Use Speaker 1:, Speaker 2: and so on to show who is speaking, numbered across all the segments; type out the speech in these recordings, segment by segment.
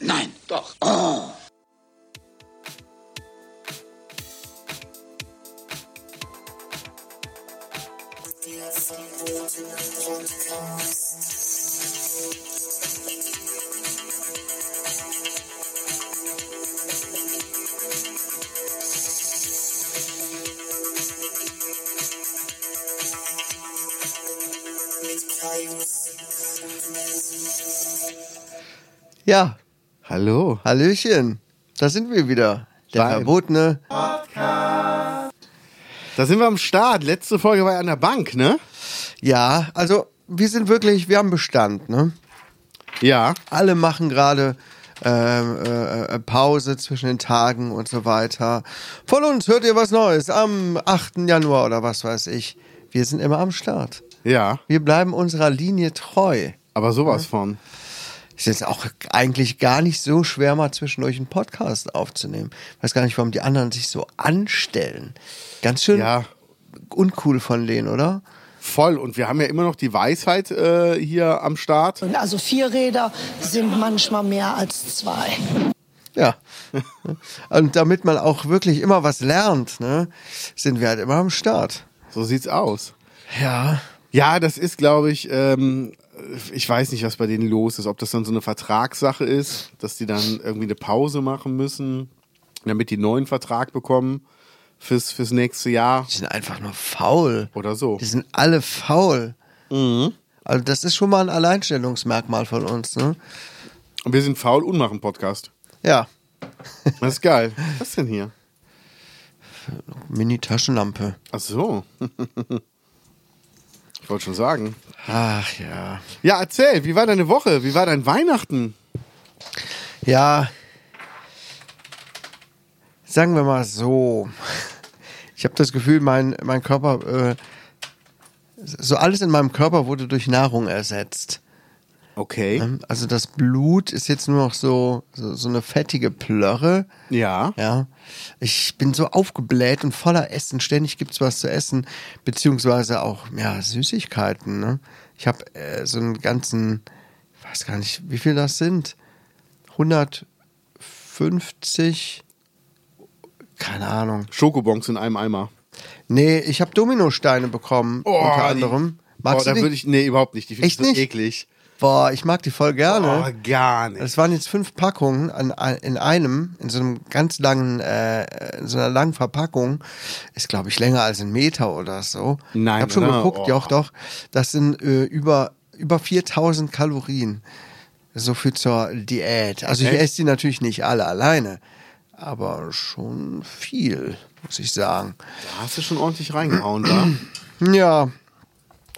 Speaker 1: Nein.
Speaker 2: Doch.
Speaker 1: Oh.
Speaker 3: Ja,
Speaker 4: Hallo.
Speaker 3: Hallöchen. Da sind wir wieder. Der ne?
Speaker 4: Nein.
Speaker 3: Verbotene.
Speaker 4: Da sind wir am Start. Letzte Folge war ja an der Bank, ne?
Speaker 3: Ja, also wir sind wirklich, wir haben Bestand. Ne?
Speaker 4: Ja.
Speaker 3: Alle machen gerade ähm, äh, äh, Pause zwischen den Tagen und so weiter. Von uns hört ihr was Neues am 8. Januar oder was weiß ich. Wir sind immer am Start.
Speaker 4: Ja.
Speaker 3: Wir bleiben unserer Linie treu.
Speaker 4: Aber sowas von.
Speaker 3: Ist jetzt auch eigentlich gar nicht so schwer, mal zwischendurch einen Podcast aufzunehmen. Weiß gar nicht, warum die anderen sich so anstellen. Ganz schön
Speaker 4: Ja.
Speaker 3: uncool von denen, oder?
Speaker 4: Voll. Und wir haben ja immer noch die Weisheit äh, hier am Start.
Speaker 2: Also vier Räder sind manchmal mehr als zwei.
Speaker 3: Ja. Und damit man auch wirklich immer was lernt, ne, sind wir halt immer am Start.
Speaker 4: So sieht's aus.
Speaker 3: Ja.
Speaker 4: Ja, das ist, glaube ich, ähm, ich weiß nicht, was bei denen los ist. Ob das dann so eine Vertragssache ist, dass die dann irgendwie eine Pause machen müssen, damit die einen neuen Vertrag bekommen fürs, fürs nächste Jahr
Speaker 3: Die sind einfach nur faul.
Speaker 4: oder so. Mhm.
Speaker 3: Die sind alle faul. Also, das ist schon mal ein Alleinstellungsmerkmal von uns, ne?
Speaker 4: Und wir sind faul und machen Podcast.
Speaker 3: Ja.
Speaker 4: Das ist geil. Was ist denn hier?
Speaker 3: Mini-Taschenlampe.
Speaker 4: Ach so. ich wollte schon sagen.
Speaker 3: Ach ja.
Speaker 4: Ja, erzähl, wie war deine Woche? Wie war dein Weihnachten?
Speaker 3: Ja. Sagen wir mal so. Ich habe das Gefühl, mein, mein Körper, äh, so alles in meinem Körper wurde durch Nahrung ersetzt.
Speaker 4: Okay.
Speaker 3: Ähm, Also das Blut ist jetzt nur noch so, so, so eine fettige Plörre.
Speaker 4: Ja.
Speaker 3: Ja. Ich bin so aufgebläht und voller Essen. Ständig gibt's was zu essen, beziehungsweise auch ja, Süßigkeiten. Ne? Ich habe äh, so einen ganzen, ich weiß gar nicht, wie viel das sind. 150, keine Ahnung.
Speaker 4: Schokobons in einem Eimer.
Speaker 3: Nee, ich habe Dominosteine bekommen, unter anderem. Magst
Speaker 4: oh,
Speaker 3: du
Speaker 4: da
Speaker 3: die?
Speaker 4: würde ich. Nee, überhaupt nicht. Die finde ich
Speaker 3: Echt
Speaker 4: so
Speaker 3: nicht?
Speaker 4: eklig.
Speaker 3: Boah, ich mag die voll gerne.
Speaker 4: Oh, gar nicht.
Speaker 3: Es waren jetzt fünf Packungen an, an, in einem, in so einem ganz langen, äh, in so einer langen Verpackung. Ist, glaube ich, länger als ein Meter oder so.
Speaker 4: Nein,
Speaker 3: Ich habe schon
Speaker 4: oder?
Speaker 3: geguckt,
Speaker 4: Oh.
Speaker 3: ja auch doch. Das sind äh, über, über 4000 Kalorien. So viel zur Diät. Also ich
Speaker 4: Echt?
Speaker 3: esse die natürlich nicht alle alleine, aber schon viel, muss ich sagen.
Speaker 4: Da hast du schon ordentlich reingehauen, da.
Speaker 3: Ja.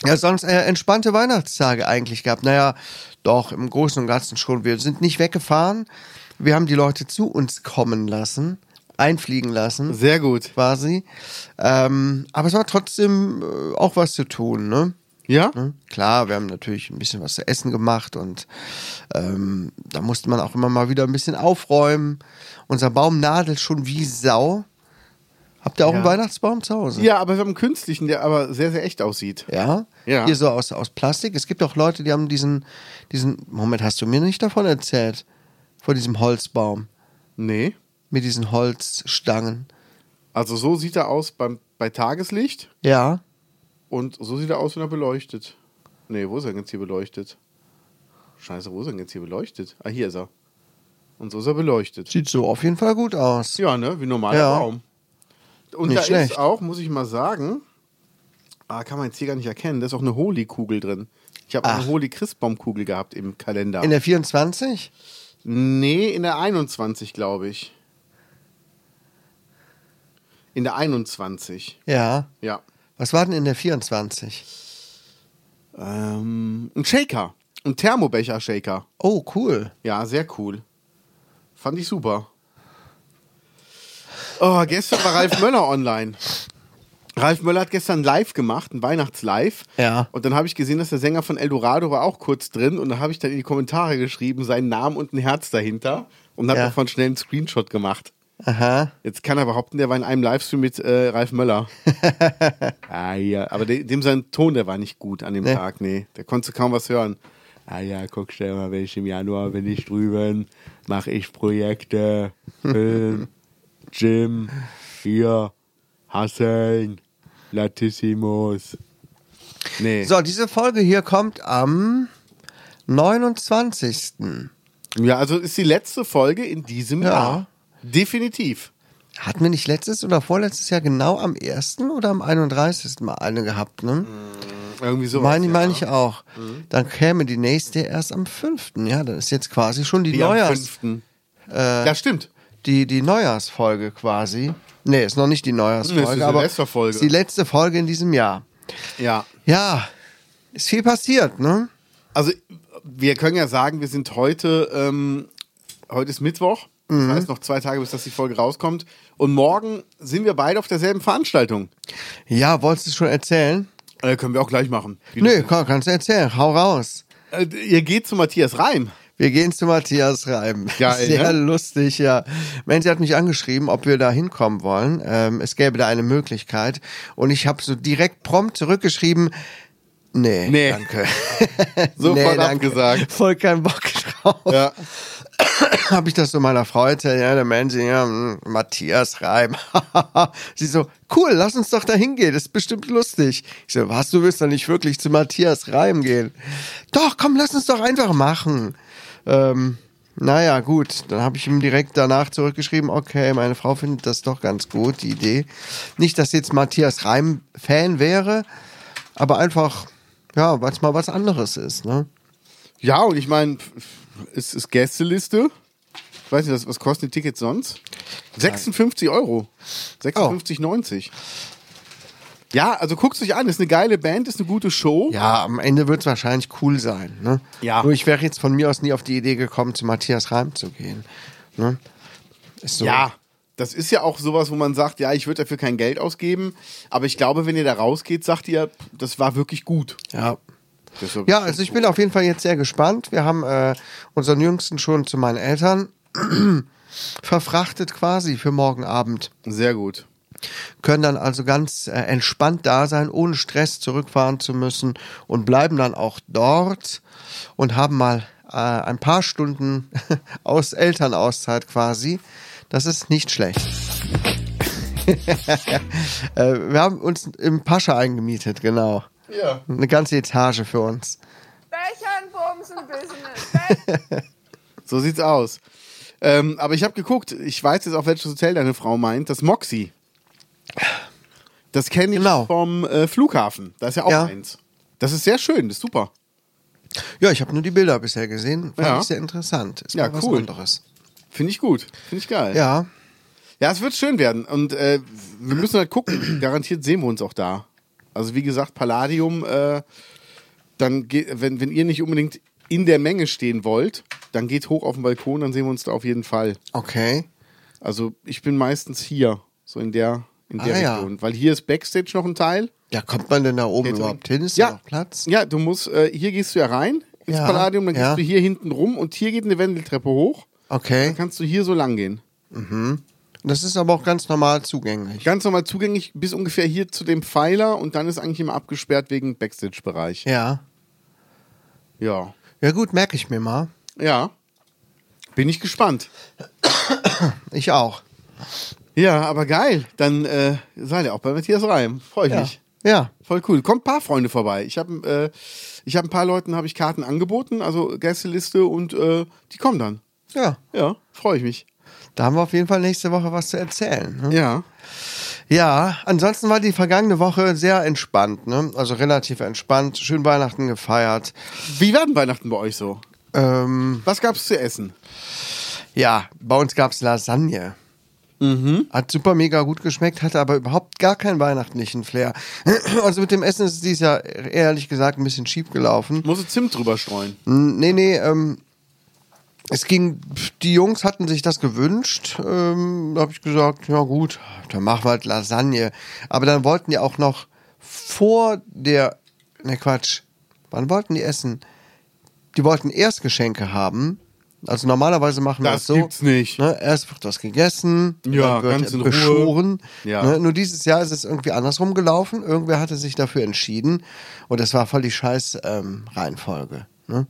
Speaker 3: Ja, sonst äh, entspannte Weihnachtstage eigentlich gehabt. Naja, doch, im Großen und Ganzen schon. Wir sind nicht weggefahren. Wir haben die Leute zu uns kommen lassen, einfliegen lassen,
Speaker 4: Sehr gut.
Speaker 3: quasi. Ähm, aber es war trotzdem äh, auch was zu tun, ne?
Speaker 4: Ja?
Speaker 3: Ne? Klar, wir haben natürlich ein bisschen was zu essen gemacht und ähm, da musste man auch immer mal wieder ein bisschen aufräumen. Unser Baum nadelt schon wie Sau. Habt ihr auch
Speaker 4: Ja.
Speaker 3: einen Weihnachtsbaum zu Hause?
Speaker 4: Ja, aber wir haben einen künstlichen, der aber sehr, sehr echt aussieht.
Speaker 3: Ja?
Speaker 4: Ja.
Speaker 3: Hier so aus, aus Plastik. Es gibt auch Leute, die haben diesen, diesen, Moment, hast du mir nicht davon erzählt? Von diesem Holzbaum.
Speaker 4: Nee.
Speaker 3: Mit diesen Holzstangen.
Speaker 4: Also so sieht er aus beim, bei Tageslicht
Speaker 3: Ja.
Speaker 4: und so sieht er aus, wenn er beleuchtet. Nee, wo ist er denn jetzt hier beleuchtet? Scheiße, wo ist er denn jetzt hier beleuchtet? Ah, hier ist er. Und so ist er beleuchtet.
Speaker 3: Sieht so auf jeden Fall gut aus.
Speaker 4: Ja, ne? Wie ein normaler
Speaker 3: Ja.
Speaker 4: Baum. Und
Speaker 3: Nicht
Speaker 4: da
Speaker 3: schlecht.
Speaker 4: ist auch, muss ich mal sagen, ah, kann man jetzt hier gar nicht erkennen, da ist auch eine Holi-Kugel drin. Ich habe
Speaker 3: Ach.
Speaker 4: eine Holi-Christbaum-Kugel gehabt im Kalender.
Speaker 3: In der 24?
Speaker 4: nee, in der 21, glaube ich. In der 21,
Speaker 3: Ja.
Speaker 4: ja.
Speaker 3: Was war denn in der 24?
Speaker 4: Ähm, ein Shaker. Ein Thermobecher-Shaker.
Speaker 3: Oh, cool.
Speaker 4: Ja, sehr cool. Fand ich super. Oh, gestern war Ralf Möller online. Ralf Möller hat gestern live gemacht, ein Weihnachtslive.
Speaker 3: Ja.
Speaker 4: Und dann habe ich gesehen, dass der Sänger von Eldorado war auch kurz drin. Und da habe ich dann in die Kommentare geschrieben, seinen Namen und ein Herz dahinter. Und habe
Speaker 3: Ja.
Speaker 4: davon schnell einen Screenshot gemacht.
Speaker 3: Aha.
Speaker 4: Jetzt kann er behaupten, der war in einem Livestream mit äh, Ralf Möller. ah, ja. Aber de dem sein Ton, der war nicht gut an dem
Speaker 3: Nee.
Speaker 4: Tag, nee. Der konnte kaum was hören. Ah ja, guck schnell mal, wenn ich im Januar bin ich drüben. mache ich Projekte, Film, Gym, hier, Hasseln, Latissimus. Nee,
Speaker 3: So, diese Folge hier kommt am 29.
Speaker 4: ja, also ist die letzte Folge in diesem
Speaker 3: Ja.
Speaker 4: Jahr. Definitiv.
Speaker 3: Hatten wir nicht letztes oder vorletztes Jahr genau am 1. oder am 31. mal eine gehabt, ne?
Speaker 4: Mhm. Irgendwie so.
Speaker 3: Meine meine ich auch.
Speaker 4: Mhm.
Speaker 3: Dann käme die nächste erst am 5. Ja, dann ist jetzt quasi schon die,
Speaker 4: Die am
Speaker 3: Neujahrs, Äh.
Speaker 4: fünften. ja, stimmt.
Speaker 3: die, die Neujahrsfolge quasi. Nee, ist noch nicht die
Speaker 4: Nee,
Speaker 3: Neujahrsfolge,
Speaker 4: es ist die
Speaker 3: aber
Speaker 4: Silvesterfolge.
Speaker 3: ist die letzte Folge in diesem Jahr.
Speaker 4: Ja.
Speaker 3: Ja, ist viel passiert, ne?
Speaker 4: Also, wir können ja sagen, wir sind heute, ähm, heute ist Mittwoch.
Speaker 3: Mhm.
Speaker 4: Das heißt, noch zwei Tage, bis dass die Folge rauskommt. Und morgen sind wir beide auf derselben Veranstaltung.
Speaker 3: Ja, wolltest du schon erzählen?
Speaker 4: Äh, können wir auch gleich machen. Wie
Speaker 3: Nö, komm, kannst du erzählen. Hau raus.
Speaker 4: du- Äh, ihr geht zu Matthias Reim.
Speaker 3: Wir gehen zu Matthias Reim.
Speaker 4: Geil,
Speaker 3: Sehr
Speaker 4: ne?
Speaker 3: lustig, ja. Menzi hat mich angeschrieben, ob wir da hinkommen wollen. Ähm, es gäbe da eine Möglichkeit. Und ich habe so direkt prompt zurückgeschrieben, nee,
Speaker 4: Nee.
Speaker 3: danke.
Speaker 4: Sofort abgesagt.
Speaker 3: Voll keinen Bock drauf.
Speaker 4: Ja.
Speaker 3: Habe ich das so meiner Frau erzählt, ja, der Menzi, ja, hm, Matthias Reim. Sie so, cool, lass uns doch da hingehen, das ist bestimmt lustig. Ich so, was, du willst doch nicht wirklich zu Matthias Reim gehen? Doch, komm, lass uns doch einfach machen. Ähm, naja, gut, dann habe ich ihm direkt danach zurückgeschrieben, okay, meine Frau findet das doch ganz gut, die Idee. Nicht, dass jetzt Matthias Reim Fan wäre, aber einfach, ja, weil es mal was anderes ist, ne?
Speaker 4: Ja, und ich meine, es ist Gästeliste. Ich weiß nicht, was, was kosten die Tickets sonst? 56 Euro. 56,90. Ja, also guckt euch an. Ist eine geile Band, ist eine gute Show.
Speaker 3: Ja, am Ende wird es wahrscheinlich cool sein. Ne?
Speaker 4: Ja.
Speaker 3: Nur ich wäre jetzt von mir aus nie auf die Idee gekommen, zu Matthias Reim zu gehen. Ne? Ist so.
Speaker 4: Ja, das ist ja auch sowas, wo man sagt, ja, ich würde dafür kein Geld ausgeben, aber ich glaube, wenn ihr da rausgeht, sagt ihr, das war wirklich gut.
Speaker 3: Ja.
Speaker 4: Das war
Speaker 3: Ja, also ich bin auf jeden Fall jetzt sehr gespannt. Wir haben äh, unseren Jüngsten schon zu meinen Eltern verfrachtet quasi für morgen Abend.
Speaker 4: sehr gut.
Speaker 3: Können dann also ganz äh, entspannt da sein, ohne Stress zurückfahren zu müssen und bleiben dann auch dort und haben mal äh, ein paar Stunden aus Elternauszeit quasi. Das ist nicht schlecht. Äh, wir haben uns im Pascha eingemietet, genau.
Speaker 4: Ja.
Speaker 3: Eine ganze Etage für uns.
Speaker 1: Bechern, Bumsen, Business. Bechern.
Speaker 4: So sieht's aus. Ähm, aber ich habe geguckt, ich weiß jetzt auch, welches Hotel deine Frau meint, das Moxie. Das kenne ich
Speaker 3: Genau.
Speaker 4: vom äh, Flughafen. Da ist ja auch
Speaker 3: Ja.
Speaker 4: eins. Das ist sehr schön, das ist super.
Speaker 3: Ja, ich habe nur die Bilder bisher gesehen. Fand
Speaker 4: Ja.
Speaker 3: ich sehr interessant. Ist
Speaker 4: Ja,
Speaker 3: mal was
Speaker 4: cool.
Speaker 3: anderes.
Speaker 4: Finde ich gut. Finde ich geil.
Speaker 3: Ja.
Speaker 4: Ja, es wird schön werden. Und äh, wir müssen halt gucken. Garantiert sehen wir uns auch da. Also wie gesagt, Palladium, äh, dann geht, wenn, wenn ihr nicht unbedingt in der Menge stehen wollt, dann geht hoch auf den Balkon, dann sehen wir uns da auf jeden Fall.
Speaker 3: Okay.
Speaker 4: Also ich bin meistens hier, so in der, in der
Speaker 3: Ah, ja.
Speaker 4: Region. Weil hier ist Backstage noch ein Teil.
Speaker 3: Ja, kommt man denn da oben
Speaker 4: Catering.
Speaker 3: überhaupt hin? Ist da noch Platz?
Speaker 4: Ja, du musst, äh, hier gehst du ja rein ins
Speaker 3: Ja,
Speaker 4: Palladium, dann gehst
Speaker 3: ja.
Speaker 4: du hier hinten rum und hier geht eine Wendeltreppe hoch.
Speaker 3: Okay.
Speaker 4: Dann kannst du hier so lang gehen.
Speaker 3: Das ist aber auch ganz normal zugänglich.
Speaker 4: ganz normal zugänglich bis ungefähr hier zu dem Pfeiler und dann ist eigentlich immer abgesperrt wegen Backstage-Bereich.
Speaker 3: Ja.
Speaker 4: Ja.
Speaker 3: Ja gut, merke ich mir mal.
Speaker 4: Ja. Bin ich gespannt.
Speaker 3: Ich auch.
Speaker 4: Ja, aber geil. Dann äh, seid ihr auch bei Matthias Reim. Freue ich
Speaker 3: Ja.
Speaker 4: mich.
Speaker 3: Ja.
Speaker 4: Voll cool. Kommt ein paar Freunde vorbei. Ich habe äh, ich hab ein paar Leuten habe ich Karten angeboten, also Gästeliste und äh, die kommen dann.
Speaker 3: Ja.
Speaker 4: Ja, freue ich mich.
Speaker 3: Da haben wir auf jeden Fall nächste Woche was zu erzählen. Ne?
Speaker 4: Ja.
Speaker 3: Ja, ansonsten war die vergangene Woche sehr entspannt, ne? Also relativ entspannt, schön Weihnachten gefeiert.
Speaker 4: Wie war denn Weihnachten bei euch so?
Speaker 3: Ähm,
Speaker 4: Was gab's zu essen?
Speaker 3: ja, bei uns gab's Lasagne. Hat super mega gut geschmeckt, hatte aber überhaupt gar keinen weihnachtlichen Flair. Also mit dem Essen ist es dieses Jahr ehrlich gesagt ein bisschen schief gelaufen.
Speaker 4: Muss ich Zimt drüber streuen?
Speaker 3: Mm, Nee, nee, ähm, es ging, pf, die Jungs hatten sich das gewünscht. Ähm, da habe ich gesagt, ja gut, dann machen wir halt Lasagne. Aber dann wollten die auch noch vor der, ne Quatsch, wann wollten die essen? Die wollten erst Geschenke haben. Also normalerweise machen wir
Speaker 4: Das
Speaker 3: das so.
Speaker 4: gibt's nicht.
Speaker 3: Ne, erst wird was gegessen,
Speaker 4: Ja,
Speaker 3: dann wird
Speaker 4: ganz in Ruhe.
Speaker 3: beschoren.
Speaker 4: Ja.
Speaker 3: Ne, nur dieses Jahr ist es irgendwie andersrum gelaufen. Irgendwer hatte sich dafür entschieden und das war voll die scheiß ähm, Reihenfolge. Ne?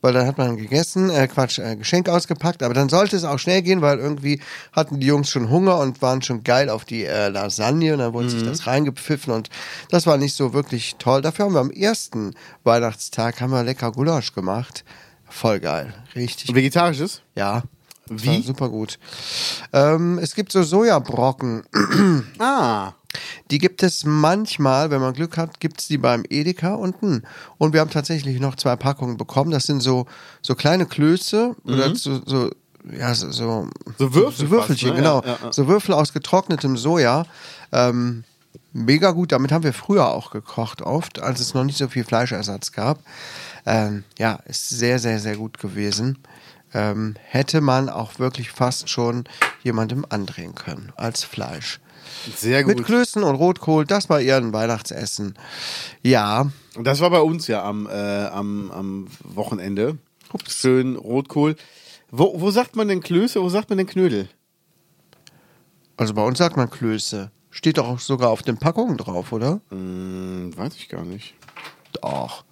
Speaker 3: Weil dann hat man gegessen, äh, Quatsch, äh, Geschenk ausgepackt, aber dann sollte es auch schnell gehen, weil irgendwie hatten die Jungs schon Hunger und waren schon geil auf die äh, Lasagne und dann wurden sich das reingepfiffen und das war nicht so wirklich toll. Dafür haben wir am ersten Weihnachtstag haben wir lecker Gulasch gemacht. Voll geil, richtig.
Speaker 4: Vegetarisches?
Speaker 3: Ja. Das
Speaker 4: Wie?
Speaker 3: war Super gut. Ähm, es gibt so Sojabrocken.
Speaker 4: Ah.
Speaker 3: Die gibt es manchmal, wenn man Glück hat, gibt es die beim Edeka unten. Und wir haben tatsächlich noch zwei Packungen bekommen. Das sind so, so kleine Klöße oder so, so, ja, so, so,
Speaker 4: Mhm. So Würfel
Speaker 3: so Würfelchen,
Speaker 4: fast, ne?
Speaker 3: genau.
Speaker 4: Ja, ja, ja.
Speaker 3: So Würfel aus getrocknetem Soja. Ähm, mega gut, damit haben wir früher auch gekocht, oft, als es noch nicht so viel Fleischersatz gab. Ähm, ja, ist sehr, sehr, sehr gut gewesen. Ähm, hätte man auch wirklich fast schon jemandem andrehen können als Fleisch.
Speaker 4: Sehr
Speaker 3: Mit
Speaker 4: gut.
Speaker 3: Klößen und Rotkohl, das war ihr ein Weihnachtsessen. Ja,
Speaker 4: Und das war bei uns ja am, äh, am, am Wochenende. Schön Rotkohl. Wo, wo sagt man denn Klöße, wo sagt man denn Knödel?
Speaker 3: also bei uns sagt man Klöße. Steht doch auch sogar auf den Packungen drauf, oder?
Speaker 4: Hm, weiß ich gar nicht.
Speaker 3: Doch.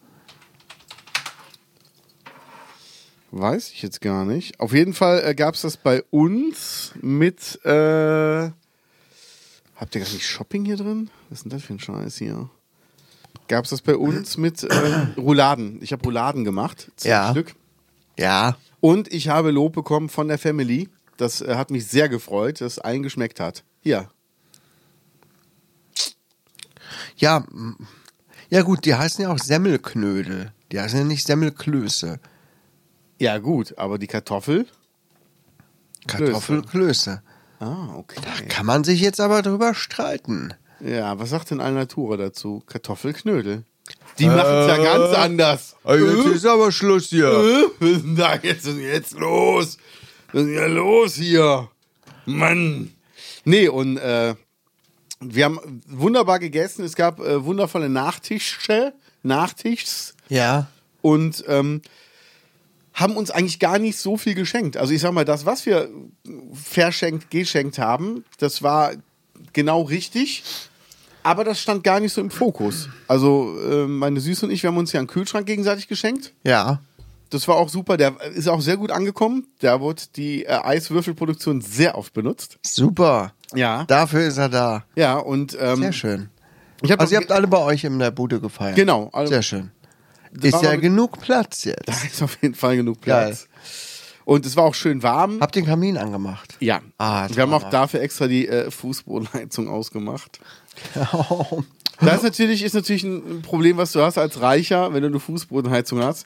Speaker 4: Weiß ich jetzt gar nicht. Auf jeden Fall äh, gab es das bei uns mit. Äh, habt ihr gar nicht Shopping hier drin? Was ist denn das für ein Scheiß hier? Gab es das bei uns mit äh, Rouladen? Ich habe Rouladen gemacht. Zehn
Speaker 3: Ja.
Speaker 4: Stück.
Speaker 3: Ja,
Speaker 4: Und ich habe Lob bekommen von der Family. Das äh, hat mich sehr gefreut, dass es allen geschmeckt hat. Hier.
Speaker 3: ja, mm. ja gut, die heißen ja auch Semmelknödel. Die heißen ja nicht Semmelklöße.
Speaker 4: Ja, gut, aber die Kartoffel.
Speaker 3: Kartoffelklöße.
Speaker 4: Ah, okay.
Speaker 3: Kann man sich jetzt aber drüber streiten.
Speaker 4: Ja, was sagt denn Alnatura dazu? Kartoffelknödel. Die machen's machen es ja ganz anders. Äh?
Speaker 3: aber Schluss hier.
Speaker 4: Äh, Was ist denn da jetzt, was ist denn jetzt los? Was ist denn hier los hier? Mann. Nee, und äh, wir haben wunderbar gegessen. Es gab äh, wundervolle Nachtische, Nachtischs
Speaker 3: Ja,
Speaker 4: und ähm, haben uns eigentlich gar nicht so viel geschenkt. Also ich sag mal, das, was wir verschenkt, geschenkt haben, das war genau richtig. Aber das stand gar nicht so im Fokus. Also äh, meine Süße und ich, wir haben uns ja einen Kühlschrank gegenseitig geschenkt.
Speaker 3: ja.
Speaker 4: Das war auch super. Der ist auch sehr gut angekommen. Da wurde die äh, Eiswürfelproduktion sehr oft benutzt.
Speaker 3: Super.
Speaker 4: Ja.
Speaker 3: Dafür ist er da.
Speaker 4: Ja, und ähm,
Speaker 3: Sehr schön.
Speaker 4: Ich hab
Speaker 3: also ihr
Speaker 4: noch-
Speaker 3: habt alle bei euch in der Bude gefeiert.
Speaker 4: Genau, alle-
Speaker 3: Sehr schön. Ist
Speaker 4: war
Speaker 3: ja
Speaker 4: mal-
Speaker 3: genug Platz jetzt.
Speaker 4: da ist auf jeden Fall genug Platz. Und es war auch schön warm.
Speaker 3: Habt den Kamin angemacht?
Speaker 4: ja.
Speaker 3: Ah,
Speaker 4: wir haben auch
Speaker 3: traumhaft.
Speaker 4: dafür extra die äh, Fußbodenheizung ausgemacht.
Speaker 3: Oh,
Speaker 4: Das natürlich ist natürlich ein Problem, was du hast als Reicher, wenn du eine Fußbodenheizung hast.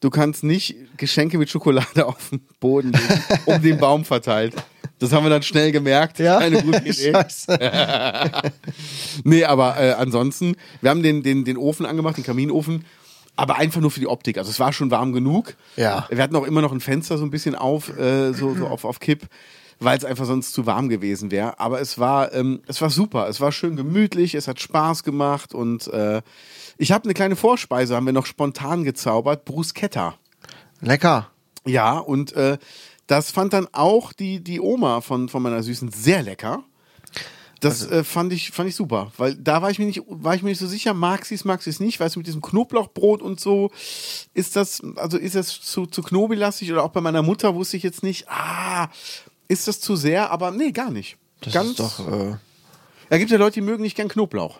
Speaker 4: Du kannst nicht Geschenke mit Schokolade auf den Boden legen, um den Baum verteilt. Das haben wir dann schnell gemerkt.
Speaker 3: Ja?
Speaker 4: Keine gute Idee.
Speaker 3: Scheiße.
Speaker 4: Nee, aber äh, ansonsten, wir haben den, den, den Ofen angemacht, den Kaminofen, aber einfach nur für die Optik. Also es war schon warm genug.
Speaker 3: Ja.
Speaker 4: Wir hatten auch immer noch ein Fenster so ein bisschen auf, äh, so, so auf, auf Kipp, weil es einfach sonst zu warm gewesen wäre. Aber es war, ähm, es war super, es war schön gemütlich, es hat Spaß gemacht und äh, ich habe eine kleine Vorspeise, haben wir noch spontan gezaubert, Bruschetta.
Speaker 3: Lecker.
Speaker 4: Ja, und äh, das fand dann auch die, die Oma von, von meiner Süßen sehr lecker. Das
Speaker 3: Also
Speaker 4: äh, fand, ich, fand ich super, weil da war ich mir nicht, war ich mir nicht so sicher, mag sie es, mag sie es nicht, weißt du, mit diesem Knoblauchbrot und so, ist das, also ist das zu, zu knobelastig oder auch bei meiner Mutter wusste ich jetzt nicht, ah, ist das zu sehr, aber nee, gar nicht.
Speaker 3: Das
Speaker 4: Ganz,
Speaker 3: ist doch. Äh,
Speaker 4: Da gibt ja Leute, die mögen nicht gern Knoblauch.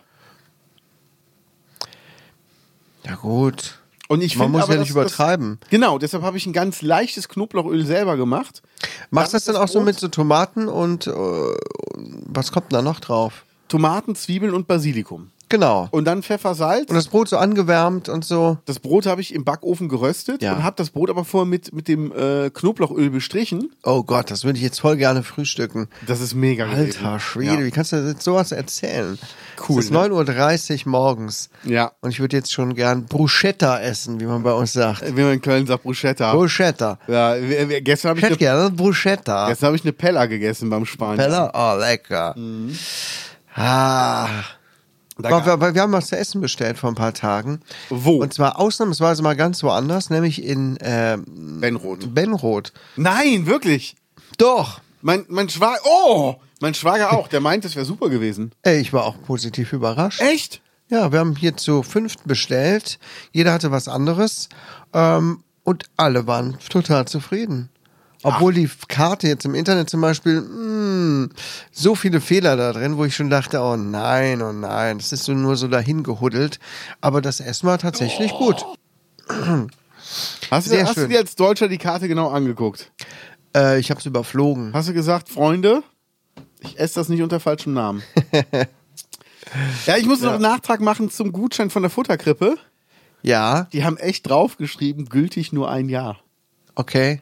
Speaker 3: ja, gut.
Speaker 4: Und ich
Speaker 3: Man
Speaker 4: finde
Speaker 3: muss
Speaker 4: aber,
Speaker 3: ja nicht
Speaker 4: dass-
Speaker 3: übertreiben.
Speaker 4: Das, genau, deshalb habe ich ein ganz leichtes Knoblauchöl selber gemacht.
Speaker 3: Machst du das
Speaker 4: Dann
Speaker 3: dann auch so
Speaker 4: Brot-
Speaker 3: mit so Tomaten und äh, was kommt denn da noch drauf?
Speaker 4: Tomaten, Zwiebeln und Basilikum.
Speaker 3: Genau.
Speaker 4: Und dann Pfeffer, Salz.
Speaker 3: Und das Brot so angewärmt und so.
Speaker 4: das Brot habe ich im Backofen geröstet
Speaker 3: Ja.
Speaker 4: und habe das Brot aber vorher mit, mit dem äh, Knoblauchöl bestrichen.
Speaker 3: Oh Gott, das würde ich jetzt voll gerne frühstücken.
Speaker 4: Das ist mega
Speaker 3: Alter Schwede, wie
Speaker 4: Ja.
Speaker 3: kannst du jetzt sowas erzählen?
Speaker 4: Cool,
Speaker 3: Es ist
Speaker 4: ne?
Speaker 3: 9.30 Uhr morgens.
Speaker 4: Ja.
Speaker 3: Und ich würde jetzt schon gern Bruschetta essen, wie man bei uns sagt.
Speaker 4: Wie man in Köln sagt, Bruschetta.
Speaker 3: Bruschetta.
Speaker 4: ja, wir- wir- gestern habe
Speaker 3: Ich
Speaker 4: ich,
Speaker 3: hätte
Speaker 4: eine-
Speaker 3: gerne Bruschetta.
Speaker 4: gestern hab ich eine Pella gegessen beim Spanier.
Speaker 3: Pella? Oh, lecker.
Speaker 4: Mhm.
Speaker 3: Ah. Aber wir, aber wir haben was zu essen bestellt vor ein paar Tagen.
Speaker 4: Wo?
Speaker 3: Und zwar ausnahmsweise mal ganz woanders, nämlich in ähm,
Speaker 4: Benrot.
Speaker 3: Benroth.
Speaker 4: Nein, wirklich.
Speaker 3: Doch.
Speaker 4: Mein, mein Schwager, oh, mein Schwager auch, der meint, das wäre super gewesen.
Speaker 3: Ey, ich war auch positiv überrascht.
Speaker 4: Echt?
Speaker 3: Ja, wir haben hier zu fünft bestellt. Jeder hatte was anderes. Ähm, und alle waren total zufrieden. Obwohl die Karte jetzt im Internet zum Beispiel, mh, so viele Fehler da drin, wo ich schon dachte, oh nein, oh nein, es ist so nur so dahin gehuddelt. Aber das Essen war tatsächlich
Speaker 4: Oh.
Speaker 3: gut.
Speaker 4: Hast, du,
Speaker 3: Sehr
Speaker 4: hast du
Speaker 3: schön.
Speaker 4: dir als Deutscher die Karte genau angeguckt?
Speaker 3: Äh, ich habe es überflogen.
Speaker 4: Hast du gesagt, Freunde, ich esse das nicht unter falschem Namen. ja, ich muss noch einen Nachtrag machen zum Gutschein von der Futterkrippe.
Speaker 3: Ja,
Speaker 4: Die haben echt draufgeschrieben, gültig nur ein Jahr.
Speaker 3: okay.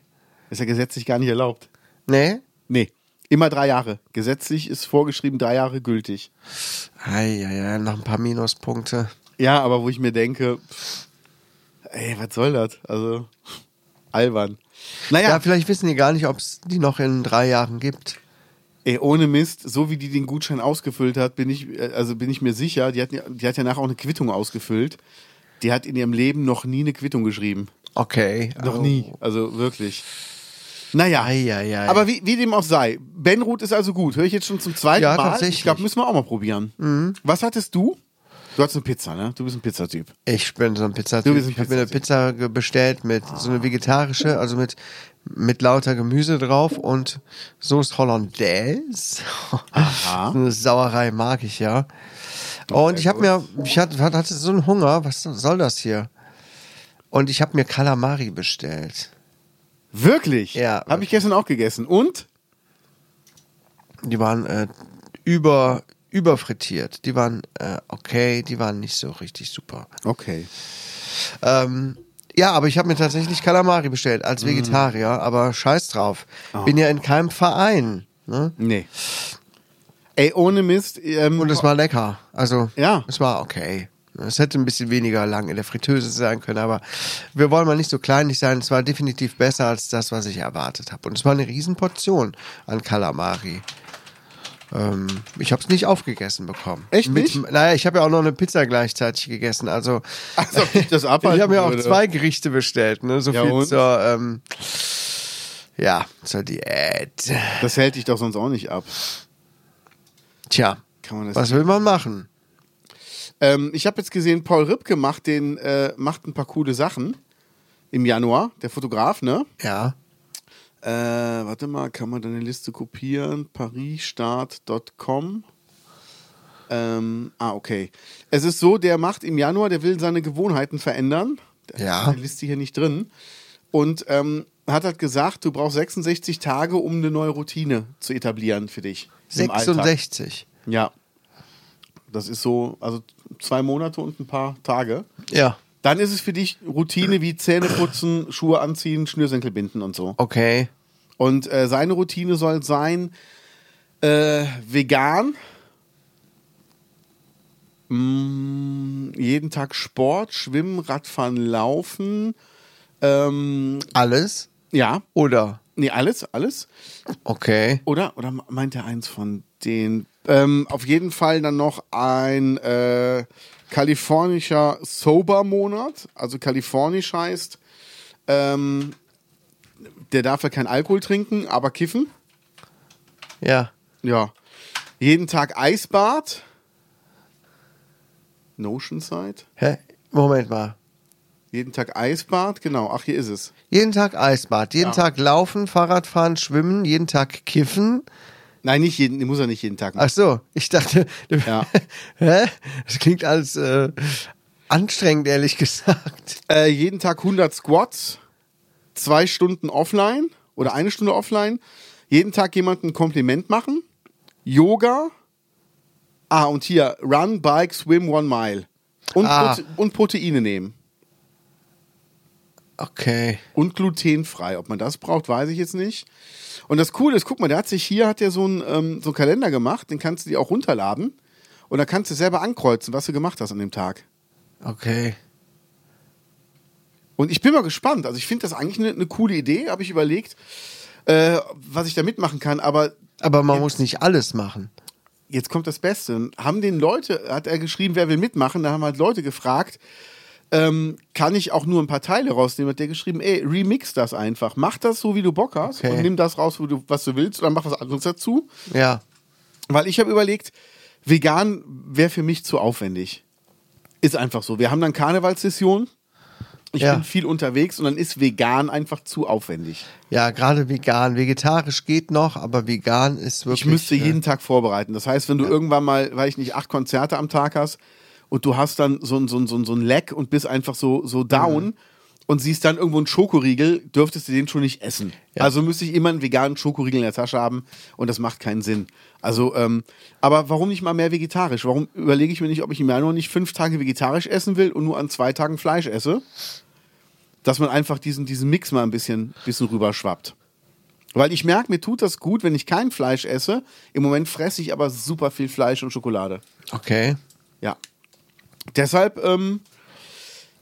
Speaker 4: Ist ja gesetzlich gar nicht erlaubt.
Speaker 3: Nee?
Speaker 4: Nee, immer drei Jahre. Gesetzlich ist vorgeschrieben, drei Jahre gültig.
Speaker 3: Eieiei, noch ein paar Minuspunkte.
Speaker 4: Ja, aber wo ich mir denke, pff, ey, was soll das? Also, albern. Naja,
Speaker 3: Ja. vielleicht wissen die gar nicht, ob es die noch in drei Jahren gibt.
Speaker 4: Ey, ohne Mist, so wie die den Gutschein ausgefüllt hat, bin ich, äh, also bin ich mir sicher, die hat, ja- die hat ja nachher auch eine Quittung ausgefüllt. Die hat in ihrem Leben noch nie eine Quittung geschrieben.
Speaker 3: Okay.
Speaker 4: Noch nie. Also wirklich. Naja.
Speaker 3: Eieiei.
Speaker 4: Aber wie, wie dem auch sei, Benrut ist also gut. Höre ich jetzt schon zum zweiten
Speaker 3: Ja,
Speaker 4: Mal. Ich
Speaker 3: tatsächlich. Mhm.
Speaker 4: glaube, müssen wir auch mal probieren. Was hattest du? Du hattest eine Pizza, ne? Du bist ein Pizzatyp.
Speaker 3: Ich bin so ein
Speaker 4: Du
Speaker 3: Pizzatyp.
Speaker 4: bist ein
Speaker 3: Ich habe mir eine Pizza ge- bestellt mit so eine vegetarische, also mit, mit lauter Gemüse drauf und Soße Hollandaise.
Speaker 4: Aha. Oh,
Speaker 3: so eine Sauerei mag ich ja. und ich habe mir, ich hatte, hatte so einen Hunger, was soll das hier? Und ich habe mir Kalamari bestellt.
Speaker 4: Wirklich?
Speaker 3: Ja,
Speaker 4: Habe ich gestern auch gegessen. Und?
Speaker 3: Die waren äh, über, überfrittiert. Die waren äh, okay, die waren nicht so richtig super.
Speaker 4: Okay.
Speaker 3: Ähm, ja, aber ich habe mir tatsächlich Kalamari bestellt als
Speaker 4: Mhm.
Speaker 3: Vegetarier, aber scheiß drauf.
Speaker 4: Ah.
Speaker 3: Bin ja in keinem Verein. Ne?
Speaker 4: Nee. Ey, ohne Mist. Ähm,
Speaker 3: Und es war lecker. Also,
Speaker 4: Ja.
Speaker 3: es war okay. Es hätte ein bisschen weniger lang in der Fritteuse sein können, aber wir wollen mal nicht so kleinlich sein. Es war definitiv besser als das, was ich erwartet habe. Und es war eine Riesenportion an Kalamari. Ähm, ich habe es nicht aufgegessen bekommen.
Speaker 4: Echt
Speaker 3: Mit,
Speaker 4: nicht?
Speaker 3: Naja, ich habe ja auch noch eine Pizza gleichzeitig gegessen. Also,
Speaker 4: Als ob ich das abhalten
Speaker 3: ich habe mir auch
Speaker 4: würde.
Speaker 3: zwei Gerichte bestellt, ne? So
Speaker 4: Ja,
Speaker 3: viel
Speaker 4: und?
Speaker 3: zur, ähm, ja, zur Diät.
Speaker 4: Das hält dich doch sonst auch nicht ab.
Speaker 3: Tja,
Speaker 4: Kann man das
Speaker 3: was will man machen?
Speaker 4: Ähm, ich habe jetzt gesehen, Paul Ripke macht, den, äh, macht ein paar coole Sachen im Januar. Der Fotograf, ne?
Speaker 3: Ja.
Speaker 4: Äh, warte mal, kann man deine Liste kopieren? parisstart.com. Ähm, ah, okay. Es ist so, der macht im Januar, der will seine Gewohnheiten verändern. Der
Speaker 3: Ja.
Speaker 4: hat die Liste hier nicht drin. Und ähm, hat halt gesagt, du brauchst 66 Tage, um eine neue Routine zu etablieren für dich. im Alltag.
Speaker 3: 66.
Speaker 4: Ja. Das ist so, also zwei Monate und ein paar Tage.
Speaker 3: Ja.
Speaker 4: Dann ist es für dich Routine wie Zähne putzen, Schuhe anziehen, Schnürsenkel binden und so.
Speaker 3: Okay.
Speaker 4: Und äh, seine Routine soll sein, äh, vegan, mm, jeden Tag Sport, Schwimmen, Radfahren, Laufen, ähm,
Speaker 3: Alles
Speaker 4: ja,
Speaker 3: oder
Speaker 4: nee, alles, alles.
Speaker 3: okay.
Speaker 4: Oder? Oder meint er eins von den? Ähm, auf jeden Fall dann noch ein äh, kalifornischer Sober-Monat. Also kalifornisch heißt, ähm, der darf ja kein Alkohol trinken, aber kiffen.
Speaker 3: Ja.
Speaker 4: Ja. Jeden Tag Eisbad. Notionside.
Speaker 3: Hä? Moment mal.
Speaker 4: Jeden Tag Eisbad, genau. Ach, hier ist es.
Speaker 3: Jeden Tag Eisbad, jeden
Speaker 4: Ja.
Speaker 3: Tag laufen, Fahrradfahren, schwimmen, jeden Tag kiffen.
Speaker 4: Nein, nicht jeden, muss er nicht jeden Tag machen.
Speaker 3: Ach so, ich dachte,
Speaker 4: Ja.
Speaker 3: hä? Das klingt alles äh, anstrengend, ehrlich gesagt.
Speaker 4: Äh, jeden Tag 100 Squats, zwei Stunden offline oder eine Stunde offline. Jeden Tag jemandem ein Kompliment machen. Yoga. Ah, und hier, Run, Bike, Swim, One Mile. Und,
Speaker 3: Ah.
Speaker 4: Prote und Proteine nehmen.
Speaker 3: Okay.
Speaker 4: Und glutenfrei. Ob man das braucht, weiß ich jetzt nicht. Und das Coole ist, guck mal, der hat sich hier, hat der so einen, ähm, so einen Kalender gemacht, den kannst du dir auch runterladen. Und dann kannst du selber ankreuzen, was du gemacht hast an dem Tag.
Speaker 3: Okay.
Speaker 4: Und ich bin mal gespannt. Also ich finde das eigentlich eine eine coole Idee, habe ich überlegt, äh, was ich da mitmachen kann. Aber
Speaker 3: Aber man muss nicht alles machen.
Speaker 4: jetzt kommt das Beste. Haben den Leute, hat er geschrieben, wer will mitmachen? Da haben halt Leute gefragt, ähm, kann ich auch nur ein paar Teile rausnehmen? Hat der geschrieben, ey, remix das einfach. Mach das so, wie du Bock hast
Speaker 3: Okay.
Speaker 4: und nimm das raus, wo du, was du willst oder mach was anderes dazu.
Speaker 3: Ja.
Speaker 4: Weil ich habe überlegt, vegan wäre für mich zu aufwendig. Ist einfach so. Wir haben dann Karnevalssession. Ich
Speaker 3: Ja.
Speaker 4: bin viel unterwegs und dann ist vegan einfach zu aufwendig.
Speaker 3: Ja, gerade vegan. Vegetarisch geht noch, aber vegan ist wirklich.
Speaker 4: Ich müsste
Speaker 3: äh,
Speaker 4: jeden Tag vorbereiten. Das heißt, wenn du irgendwann mal, weiß ich nicht, acht Konzerte am Tag hast und du hast dann so ein, so ein, so ein, so ein Leck und bist einfach so, so down und siehst dann irgendwo einen Schokoriegel, dürftest du den schon nicht essen. Also müsste ich immer einen veganen Schokoriegel in der Tasche haben und das macht keinen Sinn. Also, ähm, aber warum nicht mal mehr vegetarisch? Warum überlege ich mir nicht, ob ich im Januar nicht fünf Tage vegetarisch essen will und nur an zwei Tagen Fleisch esse? Dass man einfach diesen, diesen Mix mal ein bisschen, bisschen rüberschwappt. Weil ich merke, mir tut das gut, wenn ich kein Fleisch esse. Im Moment fresse ich aber super viel Fleisch und Schokolade.
Speaker 3: Okay.
Speaker 4: Ja. Deshalb, ähm,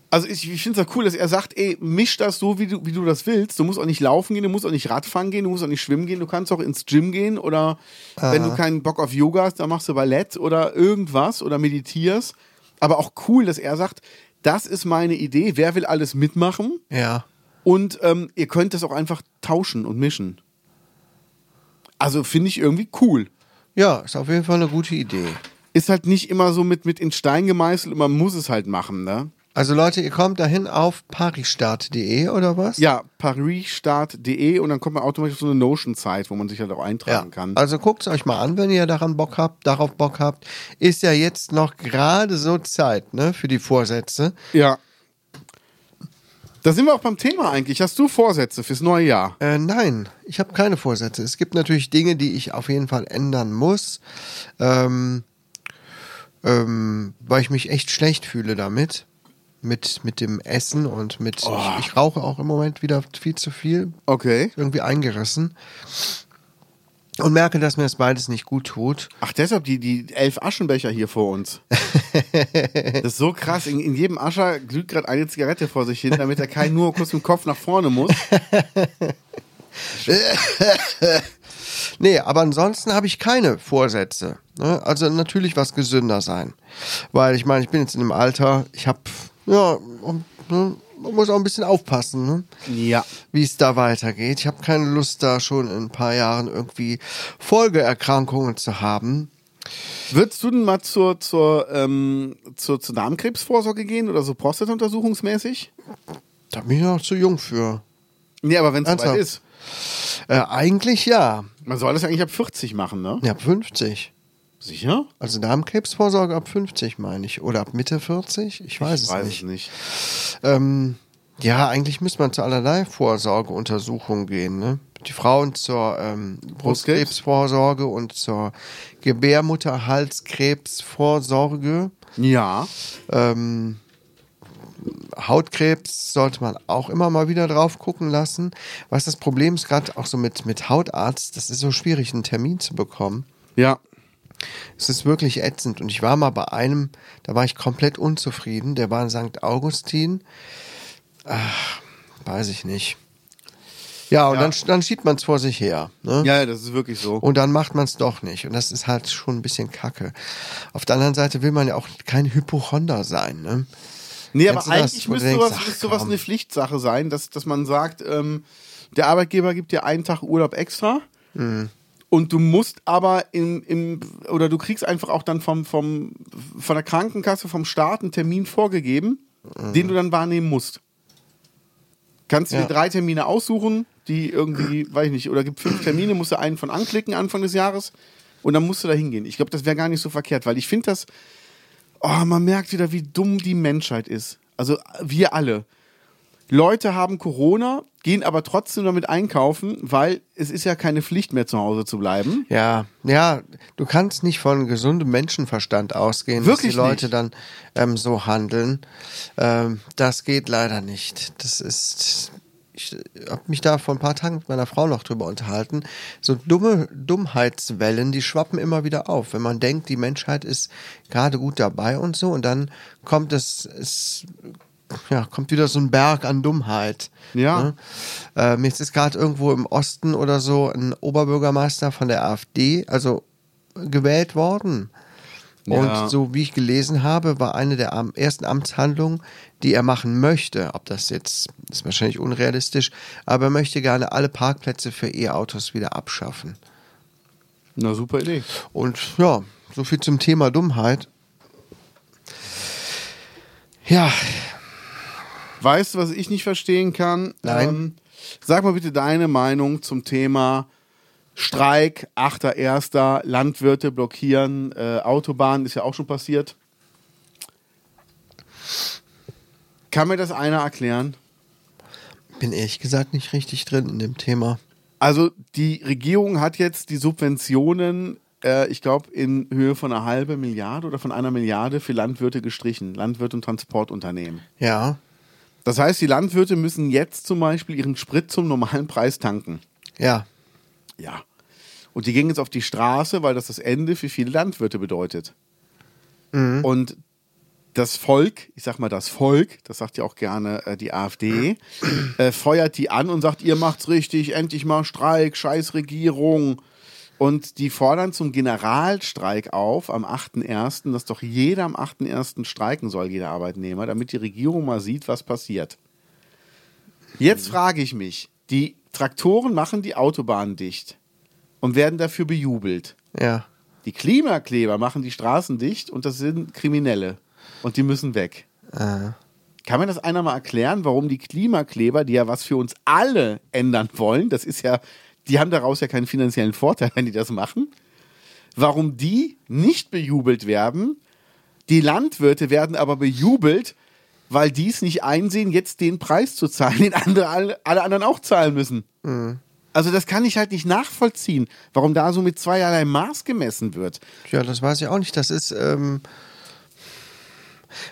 Speaker 4: also ich, ich finde es cool, dass er sagt, ey, misch das so, wie du, wie du das willst. Du musst auch nicht laufen gehen, du musst auch nicht Radfahren gehen, du musst auch nicht schwimmen gehen, du kannst auch ins Gym gehen oder wenn du keinen Bock auf Yoga hast, dann machst du Ballett oder irgendwas oder meditierst. Aber auch cool, dass er sagt, das ist meine Idee, wer will alles mitmachen?
Speaker 3: Ja.
Speaker 4: Und ähm, ihr könnt das auch einfach tauschen und mischen. Also finde ich irgendwie cool.
Speaker 3: Ja, ist auf jeden Fall eine gute Idee.
Speaker 4: Ist halt nicht immer so mit, mit in Stein gemeißelt und man muss es halt machen, ne?
Speaker 3: Also Leute, ihr kommt dahin auf paristart.de oder was?
Speaker 4: Ja, parisstart.de und dann kommt man automatisch auf so eine Notion-Zeit, wo man sich halt auch
Speaker 3: Ja.
Speaker 4: eintragen kann.
Speaker 3: Also guckt es euch mal an, wenn ihr daran Bock habt, darauf Bock habt. Ist ja jetzt noch gerade so Zeit, ne, für die Vorsätze.
Speaker 4: Ja. Da sind wir auch beim Thema eigentlich. Hast du Vorsätze fürs neue Jahr?
Speaker 3: Äh, nein, ich habe keine Vorsätze. Es gibt natürlich Dinge, die ich auf jeden Fall ändern muss, ähm, ähm, weil ich mich echt schlecht fühle damit. Mit, mit dem Essen und mit. Ich, ich rauche auch im Moment wieder viel zu viel.
Speaker 4: Okay.
Speaker 3: Irgendwie eingerissen. Und merke, dass mir das beides nicht gut tut.
Speaker 4: Ach, deshalb die, die elf Aschenbecher hier vor uns. Das ist so krass. In, in jedem Ascher glüht gerade eine Zigarette vor sich hin, damit der Kai nur kurz mit dem Kopf nach vorne muss.
Speaker 3: Nee, aber ansonsten habe ich keine Vorsätze. Ne? Also natürlich was gesünder sein. Weil ich meine, ich bin jetzt in einem Alter, ich habe, ja, um, ne, man muss auch ein bisschen aufpassen, ne?
Speaker 4: Ja.
Speaker 3: wie es da weitergeht. Ich habe keine Lust, da schon in ein paar Jahren irgendwie Folgeerkrankungen zu haben.
Speaker 4: Würdest du denn mal zur, zur, ähm, zur, zur Darmkrebsvorsorge gehen oder so Prostata-Untersuchungsmäßig?
Speaker 3: Da bin ich noch zu jung für.
Speaker 4: Nee, aber wenn es soweit
Speaker 3: Ernsthaft?
Speaker 4: ist.
Speaker 3: Äh, eigentlich ja.
Speaker 4: Man soll das ja eigentlich ab 40 machen, ne?
Speaker 3: Ja, ab 50.
Speaker 4: Sicher?
Speaker 3: Also Darmkrebsvorsorge ab 50, meine ich. Oder ab Mitte 40? Ich weiß, es nicht. Ähm, ja, eigentlich müsste man zu allerlei Vorsorgeuntersuchungen gehen. Ne? Die Frauen zur ähm,
Speaker 4: Brustkrebs?
Speaker 3: Brustkrebsvorsorge und zur Gebärmutterhalskrebsvorsorge.
Speaker 4: Ja.
Speaker 3: Ähm, Hautkrebs sollte man auch immer mal wieder drauf gucken lassen. Was das Problem ist, gerade auch so mit, mit Hautarzt, das ist so schwierig, einen Termin zu bekommen.
Speaker 4: Ja.
Speaker 3: Es ist wirklich ätzend. Und ich war mal bei einem, da war ich komplett unzufrieden. Der war in St. Augustin. Ach, weiß ich nicht. Ja, und
Speaker 4: Ja.
Speaker 3: Dann, dann schiebt man es vor sich her. Ne?
Speaker 4: Ja, das ist wirklich so.
Speaker 3: Und dann macht man es doch nicht. Und das ist halt schon ein bisschen kacke. Auf der anderen Seite will man ja auch kein Hypochonder sein. Ne?
Speaker 4: Nee,
Speaker 3: Kennst
Speaker 4: aber
Speaker 3: du das,
Speaker 4: eigentlich
Speaker 3: wo du
Speaker 4: müsste
Speaker 3: denkst,
Speaker 4: sowas,
Speaker 3: ach,
Speaker 4: müsste sowas
Speaker 3: komm.
Speaker 4: eine Pflichtsache sein, dass, dass man sagt, ähm, der Arbeitgeber gibt dir einen Tag Urlaub extra
Speaker 3: Mhm.
Speaker 4: und du musst aber im, im oder du kriegst einfach auch dann vom, vom, von der Krankenkasse, vom Staat einen Termin vorgegeben, den du dann wahrnehmen musst. Kannst du
Speaker 3: Mhm. Ja.
Speaker 4: dir drei Termine aussuchen, die irgendwie, weiß ich nicht, oder gibt fünf Termine, musst du einen von anklicken Anfang des Jahres und dann musst du da hingehen. Ich glaube, das wäre gar nicht so verkehrt, weil ich finde das, oh, man merkt wieder, wie dumm die Menschheit ist. Also wir alle. Leute haben Corona, gehen aber trotzdem damit einkaufen, weil es ist ja keine Pflicht mehr zu Hause zu bleiben.
Speaker 3: Ja, ja, du kannst nicht von gesundem Menschenverstand ausgehen, dass
Speaker 4: Wirklich
Speaker 3: die Leute
Speaker 4: nicht.
Speaker 3: dann ähm, so handeln. Ähm, das geht leider nicht. Das ist. Ich habe mich da vor ein paar Tagen mit meiner Frau noch drüber unterhalten. So dumme Dummheitswellen, die schwappen immer wieder auf. Wenn man denkt, die Menschheit ist gerade gut dabei und so, und dann kommt es, es ja, kommt wieder so ein Berg an Dummheit.
Speaker 4: Ja.
Speaker 3: Ne? Ähm, jetzt ist gerade irgendwo im Osten oder so ein Oberbürgermeister von der AfD, also gewählt worden.
Speaker 4: Ja.
Speaker 3: Und so wie ich gelesen habe, war eine der am- ersten Amtshandlungen, die er machen möchte. Ob das jetzt ist wahrscheinlich unrealistisch, aber er möchte gerne alle Parkplätze für E-Autos wieder abschaffen.
Speaker 4: Na, super Idee.
Speaker 3: Und ja, so viel zum Thema Dummheit. Ja,
Speaker 4: Weißt du, was ich nicht verstehen kann? Ähm,
Speaker 3: Nein.
Speaker 4: sag mal bitte deine Meinung zum Thema Streik, 8.1., Landwirte blockieren, äh, Autobahnen, ist ja auch schon passiert. Kann mir das einer erklären?
Speaker 3: bin ehrlich gesagt nicht richtig drin in dem Thema.
Speaker 4: Also die Regierung hat jetzt die Subventionen, äh, ich glaube, in Höhe von einer halben Milliarde oder von einer Milliarde für Landwirte gestrichen, Landwirt und Transportunternehmen.
Speaker 3: Ja,
Speaker 4: Das heißt, die Landwirte müssen jetzt zum Beispiel ihren Sprit zum normalen Preis tanken.
Speaker 3: ja,
Speaker 4: Ja. Und die gingen jetzt auf die Straße, weil das das Ende für viele Landwirte bedeutet. Und das Volk, ich sag mal das Volk, das sagt ja auch gerne äh, die AfD, äh, feuert die an und sagt, ihr macht's richtig, endlich mal Streik, scheiß Regierung. Und die fordern zum Generalstreik auf am 8.1., dass doch jeder am 8.1. streiken soll, jeder Arbeitnehmer, damit die Regierung mal sieht, was passiert. Jetzt frage ich mich, die Traktoren machen die Autobahnen dicht und werden dafür bejubelt.
Speaker 3: ja.
Speaker 4: Die Klimakleber machen die Straßen dicht und das sind Kriminelle. Und die müssen weg.
Speaker 3: Äh,
Speaker 4: Kann mir das einer mal erklären, warum die Klimakleber, die ja was für uns alle ändern wollen, das ist ja, die haben daraus ja keinen finanziellen Vorteil, wenn die das machen, warum die nicht bejubelt werden, die Landwirte werden aber bejubelt, weil die es nicht einsehen, jetzt den Preis zu zahlen, den andere, alle, alle anderen auch zahlen müssen.
Speaker 3: Mhm.
Speaker 4: Also das kann ich halt nicht nachvollziehen, warum da so mit zweierlei Maß gemessen wird.
Speaker 3: ja, das weiß ich auch nicht. Das ist, ähm,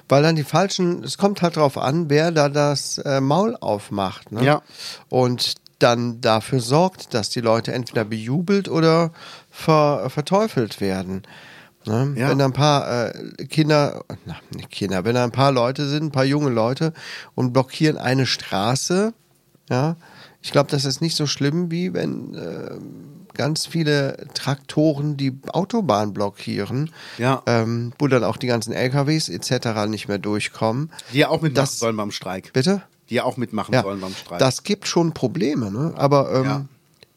Speaker 3: weil dann die falschen, es kommt halt drauf an, wer da das äh, Maul aufmacht. Ne?
Speaker 4: Ja.
Speaker 3: Und dann dafür sorgt, dass die Leute entweder bejubelt oder ver, verteufelt werden. Ne?
Speaker 4: Ja.
Speaker 3: Wenn da ein paar äh, Kinder, na, nicht Kinder, wenn da ein paar Leute sind, ein paar junge Leute und blockieren eine Straße, ja, ich glaube, das ist nicht so schlimm, wie wenn äh, ganz viele Traktoren die Autobahn blockieren,
Speaker 4: Ja.
Speaker 3: ähm, wo dann auch die ganzen LKWs etc. nicht mehr durchkommen.
Speaker 4: Die ja auch mitmachen
Speaker 3: Das-
Speaker 4: sollen beim Streik.
Speaker 3: Bitte?
Speaker 4: Die ja auch mitmachen
Speaker 3: Ja,
Speaker 4: sollen beim Streik.
Speaker 3: das gibt schon Probleme, ne? Aber ähm,
Speaker 4: Ja.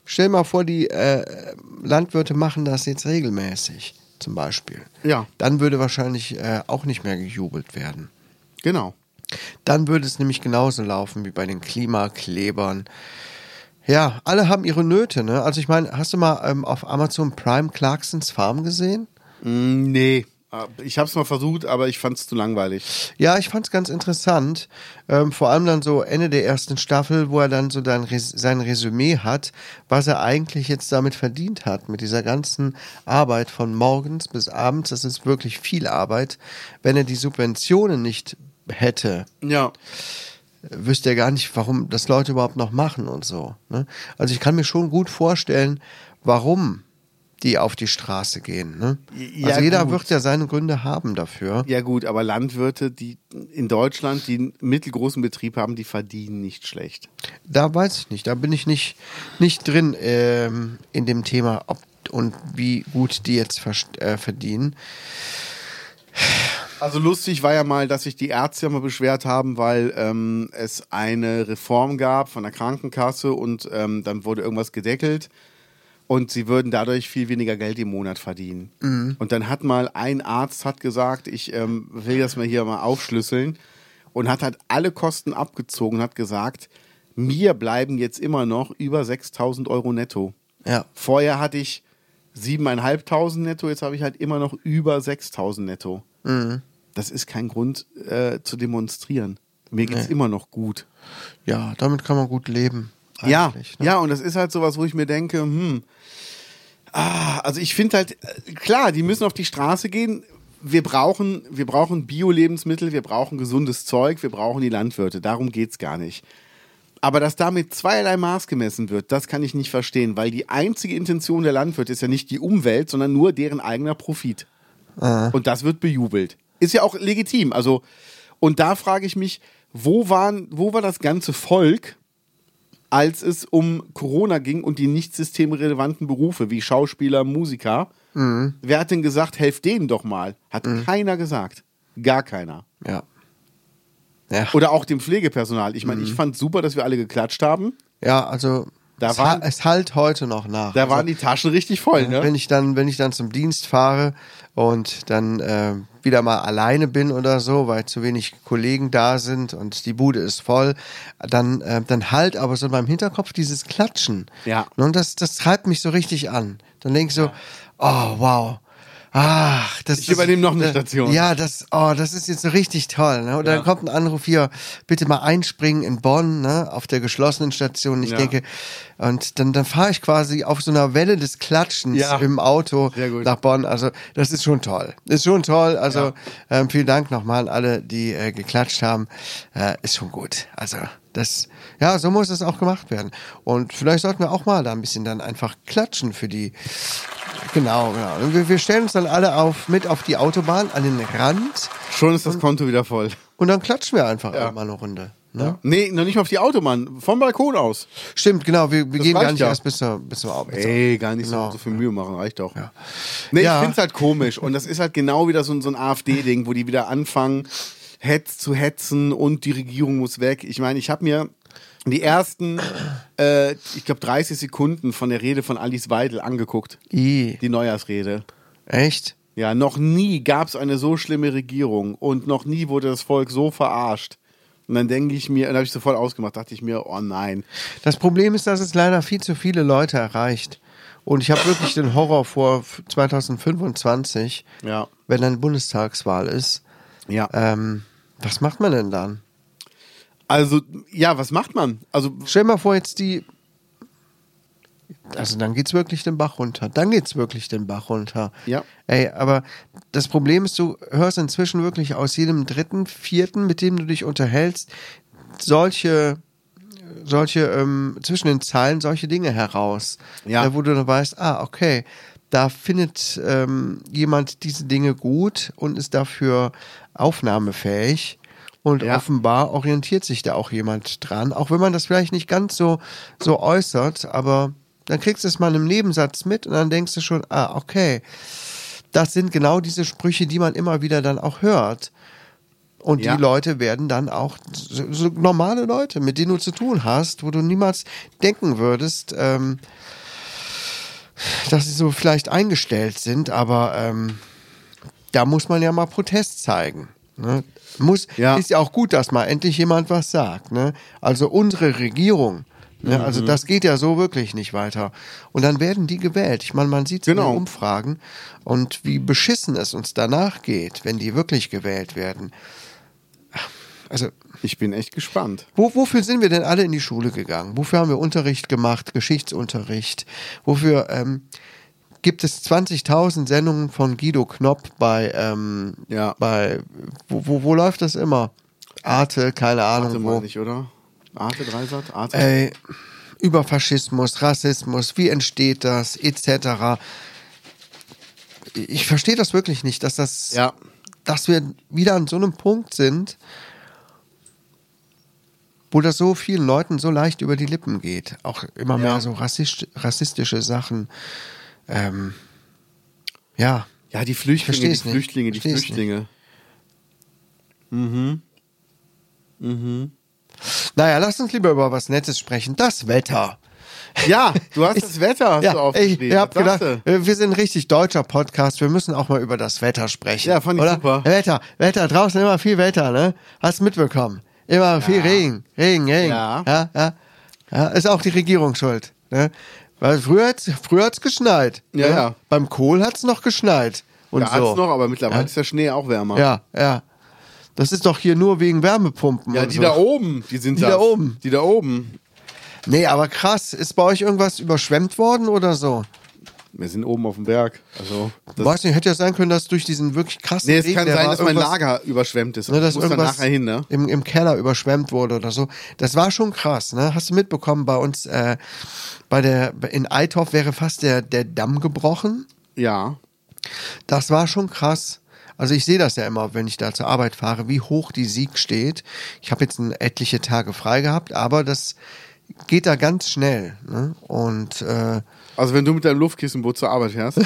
Speaker 3: stell mal vor, die äh, Landwirte machen das jetzt regelmäßig, zum Beispiel.
Speaker 4: Ja.
Speaker 3: Dann würde wahrscheinlich äh, auch nicht mehr gejubelt werden.
Speaker 4: genau.
Speaker 3: Dann würde es nämlich genauso laufen wie bei den Klimaklebern. Ja, alle haben ihre Nöte, ne? Also ich meine, hast du mal ähm, auf Amazon Prime Clarksons Farm gesehen?
Speaker 4: Mm, Nee, ich habe es mal versucht, aber ich fand es zu langweilig.
Speaker 3: Ja, ich fand's ganz interessant. Ähm, vor allem dann so Ende der ersten Staffel, wo er dann so dann Res sein Resümee hat, was er eigentlich jetzt damit verdient hat, mit dieser ganzen Arbeit von morgens bis abends. Das ist wirklich viel Arbeit. Wenn er die Subventionen nicht hätte,
Speaker 4: Ja.
Speaker 3: wüsste er gar nicht, warum das Leute überhaupt noch machen und so. Ne? Also ich kann mir schon gut vorstellen, warum die auf die Straße gehen. Ne?
Speaker 4: Ja,
Speaker 3: also jeder
Speaker 4: gut.
Speaker 3: wird ja seine Gründe haben dafür.
Speaker 4: Ja gut, aber Landwirte, die in Deutschland, die einen mittelgroßen Betrieb haben, die verdienen nicht schlecht.
Speaker 3: Da weiß ich nicht, da bin ich nicht, nicht drin ähm, in dem Thema, ob und wie gut die jetzt verst- äh, verdienen.
Speaker 4: Also lustig war ja mal, dass sich die Ärzte ja mal beschwert haben, weil ähm, es eine Reform gab von der Krankenkasse und ähm, dann wurde irgendwas gedeckelt und sie würden dadurch viel weniger Geld im Monat verdienen. Und dann hat mal ein Arzt hat gesagt, ich ähm, will das mal hier mal aufschlüsseln und hat halt alle Kosten abgezogen und hat gesagt, mir bleiben jetzt immer noch über 6.000 Euro netto.
Speaker 3: Ja.
Speaker 4: Vorher hatte ich 7.500 netto, jetzt habe ich halt immer noch über 6.000 netto. Das ist kein Grund äh, zu demonstrieren. Mir geht's immer noch gut.
Speaker 3: Ja, damit kann man gut leben.
Speaker 4: Ja,
Speaker 3: eigentlich, ne?
Speaker 4: ja, und das ist halt sowas, wo ich mir denke, hm, ah, also ich finde halt, äh, klar, die müssen auf die Straße gehen. Wir brauchen, wir brauchen Bio-Lebensmittel, wir brauchen gesundes Zeug, wir brauchen die Landwirte. Darum geht's gar nicht. Aber dass damit zweierlei Maß gemessen wird, das kann ich nicht verstehen, weil die einzige Intention der Landwirte ist ja nicht die Umwelt, sondern nur deren eigener Profit.
Speaker 3: Ah.
Speaker 4: Und das wird bejubelt. Ist ja auch legitim. Also, und da frage ich mich, wo, waren, wo war das ganze Volk, als es um Corona ging und die nicht systemrelevanten Berufe wie Schauspieler, Musiker?
Speaker 3: Mhm.
Speaker 4: Wer hat denn gesagt, helft denen doch mal? Hat keiner gesagt. Gar keiner.
Speaker 3: Ja. Ja. Mhm.
Speaker 4: Oder auch dem Pflegepersonal. Ich meine, ich fand super, dass wir alle geklatscht haben.
Speaker 3: ja, also
Speaker 4: Da,
Speaker 3: es, ha
Speaker 4: waren,
Speaker 3: es halt heute noch nach.
Speaker 4: da waren die Taschen richtig voll, ne?
Speaker 3: wenn ich dann, wenn ich dann zum Dienst fahre und dann äh, wieder mal alleine bin oder so, weil zu wenig Kollegen da sind und die Bude ist voll, dann, äh, dann halt aber so in meinem Hinterkopf dieses Klatschen. Ne,
Speaker 4: Ja.
Speaker 3: Und das, das treibt mich so richtig an. Dann denke ich so, oh wow. Ach, das
Speaker 4: Ich
Speaker 3: ist-
Speaker 4: übernehme noch eine
Speaker 3: da-
Speaker 4: Station.
Speaker 3: Ja, das, oh, das ist jetzt so richtig toll. Ne? Und
Speaker 4: Ja.
Speaker 3: dann kommt ein Anruf hier, bitte mal einspringen in Bonn, ne? auf der geschlossenen Station. Ich
Speaker 4: Ja.
Speaker 3: denke, und dann, dann fahre ich quasi auf so einer Welle des Klatschens
Speaker 4: Ja.
Speaker 3: im Auto
Speaker 4: Sehr gut.
Speaker 3: nach Bonn. Also, das ist schon toll. Ist schon toll. Also,
Speaker 4: Ja.
Speaker 3: ähm, vielen Dank nochmal an alle, die äh, geklatscht haben. Äh, ist schon gut. Also, das, ja, so muss es auch gemacht werden. Und vielleicht sollten wir auch mal da ein bisschen dann einfach klatschen für die. Genau, genau. Und Wir, wir stellen uns dann alle auf, mit auf die Autobahn, an den Rand.
Speaker 4: Schon ist das Konto wieder voll.
Speaker 3: Und dann klatschen wir einfach
Speaker 4: Ja.
Speaker 3: alle mal eine Runde. Ne?
Speaker 4: Nee, noch nicht mal auf die Autobahn, vom Balkon aus.
Speaker 3: Stimmt, genau. Wir, wir
Speaker 4: Das
Speaker 3: gehen gar
Speaker 4: reicht
Speaker 3: nicht
Speaker 4: ja.
Speaker 3: erst bis, zur, bis zum Auto.
Speaker 4: Ey, gar nicht
Speaker 3: Genau.
Speaker 4: so, so viel Mühe machen, reicht auch. Nee,
Speaker 3: Ja.
Speaker 4: ich find's halt komisch. Und das ist halt genau wieder so, ein- so ein AfD-Ding, wo die wieder anfangen, Hetz zu hetzen und die Regierung muss weg. Ich meine, ich habe mir die ersten, äh, ich glaube, 30 Sekunden von der Rede von Alice Weidel angeguckt.
Speaker 3: I.
Speaker 4: Die Neujahrsrede.
Speaker 3: Echt?
Speaker 4: Ja, noch nie gab's eine so schlimme Regierung und noch nie wurde das Volk so verarscht. Und dann denke ich mir, dann habe ich sofort ausgemacht, dachte ich mir, oh nein.
Speaker 3: Das Problem ist, dass es leider viel zu viele Leute erreicht. Und ich habe wirklich den Horror vor 2025,
Speaker 4: Ja.
Speaker 3: wenn dann Bundestagswahl ist.
Speaker 4: Ja.
Speaker 3: Ähm, was macht man denn dann?
Speaker 4: Also, ja, was macht man? Also,
Speaker 3: Stell dir mal vor, jetzt die. Also dann geht's wirklich den Bach runter. Dann geht's wirklich den Bach runter.
Speaker 4: Ja.
Speaker 3: Ey, aber das Problem ist, du hörst inzwischen wirklich aus jedem dritten, vierten, mit dem du dich unterhältst, solche, solche ähm, zwischen den Zeilen solche Dinge heraus.
Speaker 4: Ja.
Speaker 3: Äh, Wo du dann weißt, ah, okay, da findet ähm, jemand diese Dinge gut und ist dafür aufnahmefähig. Und
Speaker 4: Ja.
Speaker 3: offenbar orientiert sich da auch jemand dran, auch wenn man das vielleicht nicht ganz so, so äußert, aber dann kriegst du es mal im Nebensatz mit und dann denkst du schon, ah, okay, das sind genau diese Sprüche, die man immer wieder dann auch hört. Und
Speaker 4: Ja.
Speaker 3: die Leute werden dann auch so, so normale Leute, mit denen du zu tun hast, wo du niemals denken würdest, ähm, dass sie so vielleicht eingestellt sind, aber ähm, da muss man ja mal Protest zeigen. Ne? Muss,
Speaker 4: Ja.
Speaker 3: Ist ja auch gut, dass mal endlich jemand was sagt. Ne? Also unsere Regierung. Ne?
Speaker 4: Mhm.
Speaker 3: Also das geht ja so wirklich nicht weiter. Und dann werden die gewählt. Ich meine, man sieht es in
Speaker 4: Genau.
Speaker 3: den Umfragen und wie beschissen es uns danach geht, wenn die wirklich gewählt werden. Also
Speaker 4: ich bin echt gespannt.
Speaker 3: wo, wofür sind wir denn alle in die Schule gegangen? Wofür haben wir Unterricht gemacht, Geschichtsunterricht? Wofür ähm, gibt es 20.000 Sendungen von Guido Knopp bei, ähm,
Speaker 4: Ja.
Speaker 3: bei wo, wo, wo läuft das immer? Arte, keine Ahnung
Speaker 4: Warte
Speaker 3: wo.
Speaker 4: mal nicht, oder? Arte Dreisat? Arte?
Speaker 3: Ey, über Faschismus, Äh, Rassismus, wie entsteht das, etc. Ich verstehe das wirklich nicht, dass das,
Speaker 4: Ja.
Speaker 3: dass wir wieder an so einem Punkt sind, wo das so vielen Leuten so leicht über die Lippen geht. Auch immer mehr so rassist, rassistische Sachen. Ähm, ja,
Speaker 4: ja, die Flüchtlinge, die
Speaker 3: Versteh's nicht.
Speaker 4: Flüchtlinge, die
Speaker 3: Versteh's
Speaker 4: Flüchtlinge.
Speaker 3: naja, lass uns lieber über was Nettes sprechen. Das Wetter.
Speaker 4: Ja, du hast das Wetter hast du
Speaker 3: ich,
Speaker 4: aufgeschrieben.
Speaker 3: ich hab
Speaker 4: Was
Speaker 3: gedacht,
Speaker 4: sagst du?
Speaker 3: äh, wir sind ein richtig deutscher Podcast, wir müssen auch mal über das Wetter sprechen.
Speaker 4: Ja, fand ich
Speaker 3: oder?
Speaker 4: super.
Speaker 3: Wetter, Wetter, draußen immer viel Wetter, ne? Hast mitbekommen. Immer viel Regen, Regen, Regen.
Speaker 4: Ja.
Speaker 3: Ja, ja. ja. Ist auch die Regierung schuld, ne? Weil früher hat's, früher hat's geschneit.
Speaker 4: Ja,
Speaker 3: ne?
Speaker 4: ja.
Speaker 3: Beim Kohl hat's noch geschneit. Und
Speaker 4: da
Speaker 3: so.
Speaker 4: hat's noch, aber mittlerweile ist der Schnee auch wärmer.
Speaker 3: Ja, ja. Das ist doch hier nur wegen Wärmepumpen.
Speaker 4: Ja,
Speaker 3: und
Speaker 4: die
Speaker 3: so.
Speaker 4: da oben, die sind
Speaker 3: Die
Speaker 4: das.
Speaker 3: da oben.
Speaker 4: Die da oben.
Speaker 3: Nee, aber krass. Ist bei euch irgendwas überschwemmt worden oder so?
Speaker 4: Wir sind oben auf dem Berg. Also, das,
Speaker 3: Weiß nicht, hätte ja sein können, dass durch diesen wirklich krassen
Speaker 4: nee, es
Speaker 3: Regen,
Speaker 4: kann
Speaker 3: der
Speaker 4: sein,
Speaker 3: war
Speaker 4: dass mein
Speaker 3: irgendwas-
Speaker 4: Lager überschwemmt ist.
Speaker 3: Ne, dass
Speaker 4: ich muss da
Speaker 3: irgendwas
Speaker 4: nachher hin, ne?
Speaker 3: im, im Keller überschwemmt wurde oder so. Das war schon krass, ne? Hast du mitbekommen, bei uns äh, bei der in Eitorf wäre fast der, der Damm gebrochen.
Speaker 4: Ja.
Speaker 3: Das war schon krass. Also ich sehe das ja immer, wenn ich da zur Arbeit fahre, wie hoch die Sieg steht. Ich habe jetzt n- etliche Tage frei gehabt, aber das geht da ganz schnell. Ne? Und äh,
Speaker 4: Also, wenn du mit deinem Luftkissenboot zur Arbeit fährst.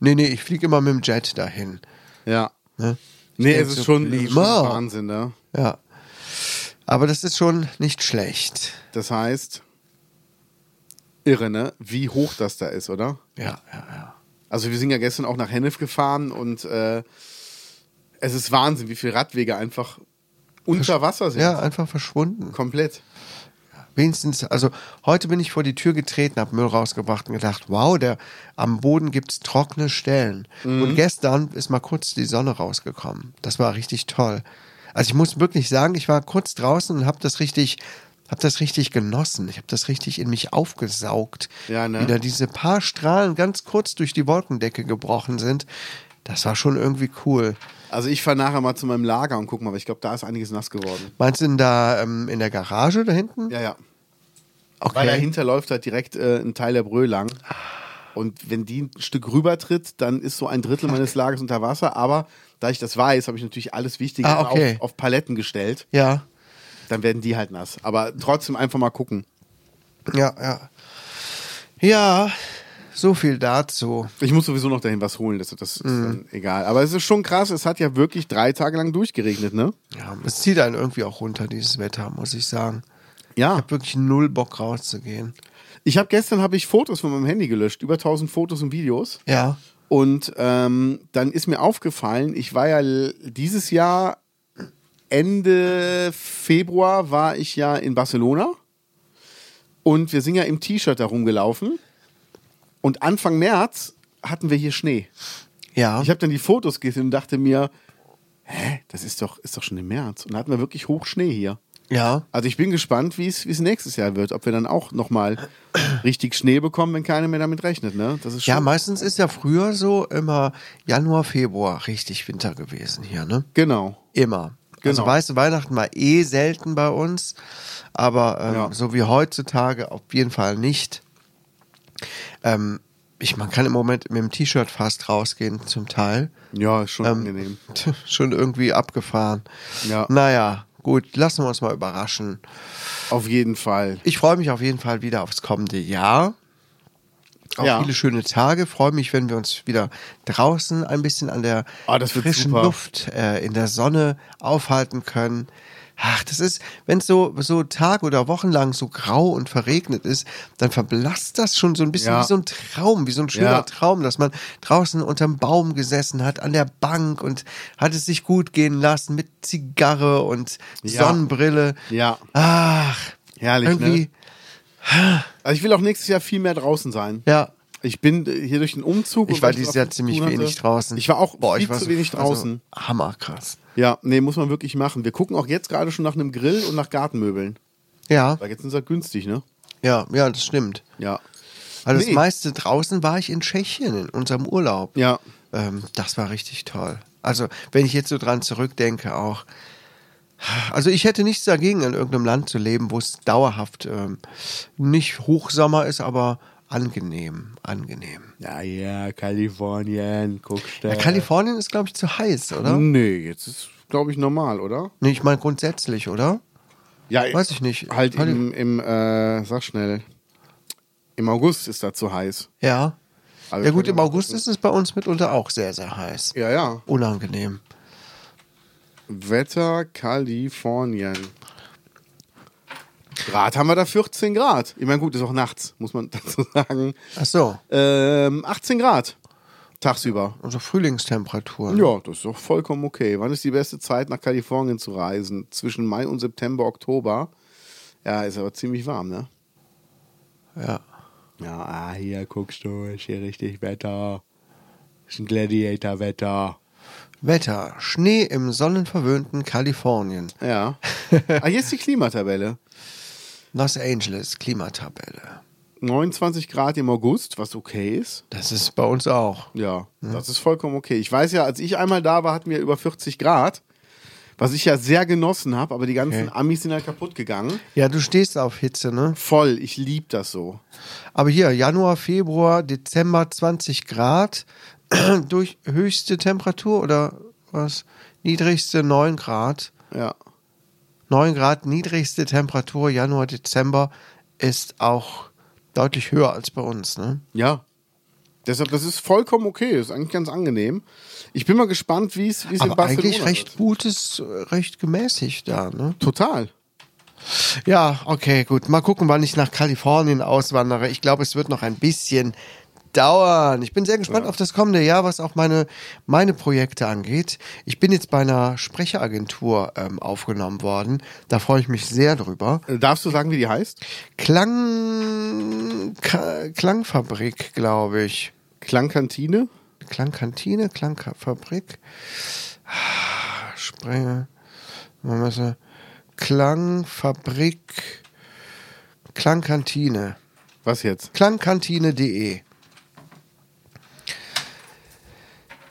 Speaker 3: nee, nee, ich fliege immer mit dem Jet dahin.
Speaker 4: ja.
Speaker 3: Ne?
Speaker 4: Nee,
Speaker 3: denk
Speaker 4: es
Speaker 3: so,
Speaker 4: ist schon, es ist schon
Speaker 3: Lima.
Speaker 4: Wahnsinn, ne?
Speaker 3: Ja. Aber das ist schon nicht schlecht.
Speaker 4: Das heißt, Irre, ne? Wie hoch das da ist, oder?
Speaker 3: Ja, ja, ja.
Speaker 4: Also wir sind ja gestern auch nach Hennef gefahren und äh, es ist Wahnsinn, wie viele Radwege einfach unter Wasser sind.
Speaker 3: Ja, einfach verschwunden.
Speaker 4: Komplett.
Speaker 3: Wenigstens, also heute bin ich vor die Tür getreten, habe Müll rausgebracht und gedacht, wow, der, am Boden gibt es trockene Stellen.
Speaker 4: Mhm.
Speaker 3: Und gestern ist mal kurz die Sonne rausgekommen. Das war richtig toll. Also ich muss wirklich sagen, ich war kurz draußen und habe das richtig, habe das richtig genossen. Ich habe das richtig in mich aufgesaugt.
Speaker 4: Ja, ne?
Speaker 3: Wie da diese paar Strahlen ganz kurz durch die Wolkendecke gebrochen sind. Das war schon irgendwie cool.
Speaker 4: Also ich fahre nachher mal zu meinem Lager und guck mal, weil ich glaube, da ist einiges nass geworden.
Speaker 3: Meinst du denn da ähm, in der Garage da hinten?
Speaker 4: Ja, ja.
Speaker 3: Okay.
Speaker 4: Weil dahinter läuft halt direkt äh, ein Teil der Brühe lang. Und wenn die ein Stück rübertritt, dann ist so ein Drittel meines Lagers unter Wasser. Aber da ich das weiß, habe ich natürlich alles Wichtige
Speaker 3: Ah, okay.
Speaker 4: auf, auf Paletten gestellt.
Speaker 3: ja.
Speaker 4: Dann werden die halt nass. Aber trotzdem einfach mal gucken.
Speaker 3: Ja, ja. Ja, so viel dazu.
Speaker 4: Ich muss sowieso noch dahin was holen, das, das ist
Speaker 3: Mhm.
Speaker 4: dann egal. Aber es ist schon krass, es hat ja wirklich drei Tage lang durchgeregnet, ne?
Speaker 3: Ja, es zieht einen irgendwie auch runter, dieses Wetter, muss ich sagen. Ich
Speaker 4: Ja.
Speaker 3: habe wirklich null Bock rauszugehen.
Speaker 4: Ich habe gestern hab ich Fotos von meinem Handy gelöscht, über 1000 Fotos und Videos.
Speaker 3: Ja.
Speaker 4: Und ähm, dann ist mir aufgefallen, ich war ja l- dieses Jahr, Ende Februar war ich ja in Barcelona und wir sind ja im T-Shirt da rumgelaufen. Und Anfang März hatten wir hier Schnee.
Speaker 3: Ja.
Speaker 4: Ich habe dann die Fotos gesehen und dachte mir, hä, das ist doch, ist doch schon im März. Und da hatten wir wirklich Hochschnee hier.
Speaker 3: ja.
Speaker 4: Also ich bin gespannt, wie es wie es nächstes Jahr wird. Ob wir dann auch nochmal richtig Schnee bekommen, wenn keiner mehr damit rechnet. Ne? Das ist schon
Speaker 3: Ja, meistens ist ja früher so immer Januar, Februar richtig Winter gewesen hier, ne?
Speaker 4: Genau.
Speaker 3: Immer. Also
Speaker 4: Genau.
Speaker 3: weiße Weihnachten war eh selten bei uns, aber ähm,
Speaker 4: Ja.
Speaker 3: so wie heutzutage auf jeden Fall nicht. Ähm, ich, man kann im Moment mit dem T-Shirt fast rausgehen zum Teil.
Speaker 4: Ja, ist schon
Speaker 3: Ähm,
Speaker 4: angenehm.
Speaker 3: tch, Schon irgendwie abgefahren.
Speaker 4: Mhm. Ja.
Speaker 3: Naja, gut, lassen wir uns mal überraschen.
Speaker 4: Auf jeden Fall.
Speaker 3: Ich freue mich auf jeden Fall wieder aufs kommende Jahr. Auf
Speaker 4: Ja.
Speaker 3: viele schöne Tage. Freue mich, wenn wir uns wieder draußen ein bisschen an der
Speaker 4: Ah, das wird
Speaker 3: frischen
Speaker 4: super.
Speaker 3: Luft äh, in der Sonne aufhalten können. Ach, das ist, wenn es so, so Tag oder wochenlang so grau und verregnet ist, dann verblasst das schon so ein bisschen
Speaker 4: Ja.
Speaker 3: wie so ein Traum, wie so ein schöner
Speaker 4: Ja.
Speaker 3: Traum, dass man draußen unterm Baum gesessen hat, an der Bank und hat es sich gut gehen lassen mit Zigarre und
Speaker 4: Ja.
Speaker 3: Sonnenbrille.
Speaker 4: Ja.
Speaker 3: Ach,
Speaker 4: Herrlich,
Speaker 3: irgendwie,
Speaker 4: ne? Also ich will auch nächstes Jahr viel mehr draußen sein.
Speaker 3: ja.
Speaker 4: Ich bin äh, hier durch den Umzug.
Speaker 3: Ich
Speaker 4: und
Speaker 3: war
Speaker 4: was
Speaker 3: dieses
Speaker 4: auf
Speaker 3: Jahr
Speaker 4: zu
Speaker 3: ziemlich
Speaker 4: tun hatte.
Speaker 3: wenig draußen.
Speaker 4: Ich war auch
Speaker 3: Boah,
Speaker 4: viel
Speaker 3: ich war
Speaker 4: zu
Speaker 3: so-
Speaker 4: wenig draußen.
Speaker 3: Also, hammer krass.
Speaker 4: Ja, nee, muss man wirklich machen. Wir gucken auch jetzt gerade schon nach einem Grill und nach Gartenmöbeln.
Speaker 3: Ja,
Speaker 4: Weil jetzt sind sie halt günstig, ne?
Speaker 3: ja, ja, das stimmt.
Speaker 4: Ja.
Speaker 3: Also das
Speaker 4: Nee.
Speaker 3: meiste draußen war ich in Tschechien in unserem Urlaub.
Speaker 4: Ja.
Speaker 3: Ähm, das war richtig toll. Also, wenn ich jetzt so dran zurückdenke, auch. Also, ich hätte nichts dagegen, in irgendeinem Land zu leben, wo es dauerhaft ähm, nicht Hochsommer ist, aber angenehm. Angenehm.
Speaker 4: Ja, ja, Kalifornien, guckst du.
Speaker 3: Ja, Kalifornien ist, glaube ich, zu heiß, oder?
Speaker 4: Nee, jetzt ist, glaube ich, normal, oder?
Speaker 3: Nee, ich meine grundsätzlich, oder?
Speaker 4: Ja,
Speaker 3: Weiß ich nicht.
Speaker 4: Halt
Speaker 3: Kali-
Speaker 4: im, im äh, sag schnell, im August ist da zu heiß.
Speaker 3: Ja.
Speaker 4: Aber wir
Speaker 3: ja gut,
Speaker 4: können
Speaker 3: im
Speaker 4: ja mal
Speaker 3: August ist es bei uns mitunter auch sehr, sehr heiß.
Speaker 4: Ja, ja.
Speaker 3: Unangenehm.
Speaker 4: Wetter Kalifornien. Grad haben wir da 14 Grad. Ich meine, gut, ist auch nachts, muss man dazu sagen.
Speaker 3: Ach so,
Speaker 4: Ähm, 18 Grad tagsüber.
Speaker 3: also Frühlingstemperatur.
Speaker 4: Ja, das ist doch vollkommen okay. Wann ist die beste Zeit, nach Kalifornien zu reisen? Zwischen Mai und September, Oktober. Ja, ist aber ziemlich warm, ne?
Speaker 3: Ja.
Speaker 4: Ja, ah, hier guckst du, ist hier richtig Wetter. Ist ein Gladiator-Wetter.
Speaker 3: Wetter. Schnee im sonnenverwöhnten Kalifornien.
Speaker 4: Ja. ah, hier ist die Klimatabelle.
Speaker 3: Los Angeles, Klimatabelle.
Speaker 4: 29 Grad im August, was okay ist.
Speaker 3: Das ist bei uns auch.
Speaker 4: Ja, das ist vollkommen okay. Ich weiß ja, als ich einmal da war, hatten wir über 40 Grad, was ich ja sehr genossen habe, aber die ganzen
Speaker 3: Okay.
Speaker 4: Amis sind halt kaputt gegangen.
Speaker 3: Ja, du stehst auf Hitze, ne?
Speaker 4: Voll, ich liebe das so.
Speaker 3: Aber hier, Januar, Februar, Dezember 20 Grad. Durch höchste Temperatur oder was? Niedrigste 9 Grad.
Speaker 4: Ja.
Speaker 3: 9 Grad niedrigste Temperatur Januar, Dezember ist auch deutlich höher als bei uns, ne?
Speaker 4: Ja. Deshalb, das ist vollkommen okay, ist eigentlich ganz angenehm. Ich bin mal gespannt, wie es wie es in
Speaker 3: Aber
Speaker 4: Barcelona
Speaker 3: eigentlich recht
Speaker 4: wird.
Speaker 3: gutes, äh, recht gemäßigt da, ne?
Speaker 4: Total.
Speaker 3: Ja, okay, gut. Mal gucken, wann ich nach Kalifornien auswandere. Ich glaube, es wird noch ein bisschen dauern. Ich bin sehr gespannt auf das kommende Jahr, was auch meine, meine Projekte angeht. Ich bin jetzt bei einer Sprecheragentur ähm, aufgenommen worden. Da freue ich mich sehr drüber.
Speaker 4: Äh, Darfst du sagen, wie die heißt?
Speaker 3: Klang, Ka Klangfabrik, glaube ich.
Speaker 4: Klangkantine?
Speaker 3: Klangkantine, Klangfabrik. Sprenge. Man muss ja- Klangfabrik. Klangkantine.
Speaker 4: Was jetzt?
Speaker 3: Klangkantine.de.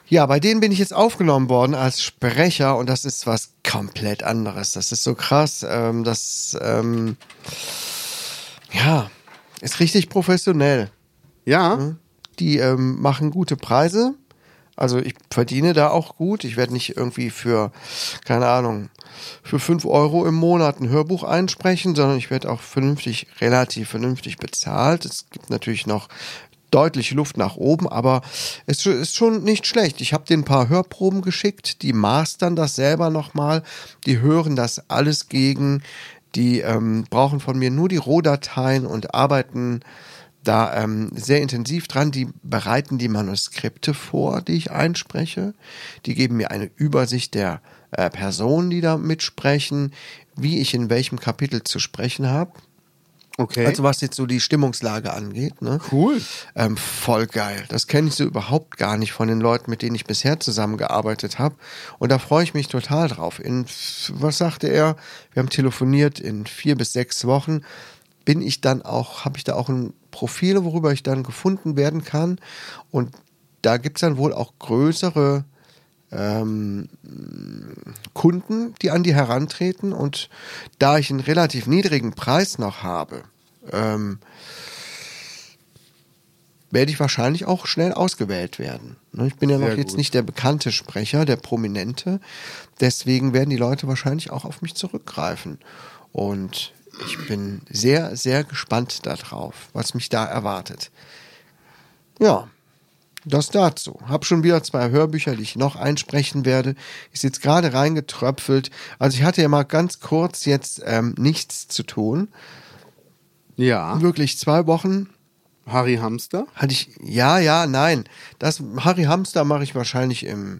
Speaker 3: Ja, bei denen bin ich jetzt aufgenommen worden als Sprecher und das ist was komplett anderes. Das ist so krass. Ähm, das ähm, ja, ist richtig professionell
Speaker 4: Ja?
Speaker 3: Hm. die ähm, machen gute Preise. Also ich verdiene da auch gut. Ich werde nicht irgendwie für, keine Ahnung, für 5 Euro im Monat ein Hörbuch einsprechen, sondern ich werde auch vernünftig, relativ vernünftig bezahlt. Es gibt natürlich noch deutliche Luft nach oben, aber es scho- ist schon nicht schlecht. Ich habe denen ein paar Hörproben geschickt, die mastern das selber nochmal, die hören das alles gegen, die ähm, brauchen von mir nur die Rohdateien und arbeiten da ähm, sehr intensiv dran. Die bereiten die Manuskripte vor, die ich einspreche. Die geben mir eine Übersicht der äh, Personen, die da mitsprechen, wie ich in welchem Kapitel zu sprechen habe.
Speaker 4: Okay.
Speaker 3: Also was jetzt so die Stimmungslage angeht. Ne?
Speaker 4: Cool.
Speaker 3: Ähm, voll geil. Das kenne ich so überhaupt gar nicht von den Leuten, mit denen ich bisher zusammengearbeitet habe. Und da freue ich mich total drauf. In, was sagte er? Wir haben telefoniert in vier bis sechs Wochen. Bin ich dann auch, habe ich da auch ein Profil, worüber ich dann gefunden werden kann. Und da gibt es dann wohl auch größere ähm, Kunden, die an die herantreten. Und da ich einen relativ niedrigen Preis noch habe, ähm, werde ich wahrscheinlich auch schnell ausgewählt werden. Ne, Ich bin ja noch
Speaker 4: Sehr
Speaker 3: jetzt
Speaker 4: gut.
Speaker 3: nicht der bekannte Sprecher, der prominente. Deswegen werden die Leute wahrscheinlich auch auf mich zurückgreifen. Und ich bin sehr, sehr gespannt darauf, was mich da erwartet. Ja, das dazu. Hab schon wieder zwei Hörbücher, die ich noch einsprechen werde. Ist jetzt gerade reingetröpfelt. Also ich hatte ja mal ganz kurz jetzt ähm, nichts zu tun.
Speaker 4: Ja.
Speaker 3: Wirklich zwei Wochen
Speaker 4: Harry Hamster?
Speaker 3: hatte ich. Ja, ja, nein. Das Harry Hamster mache ich wahrscheinlich im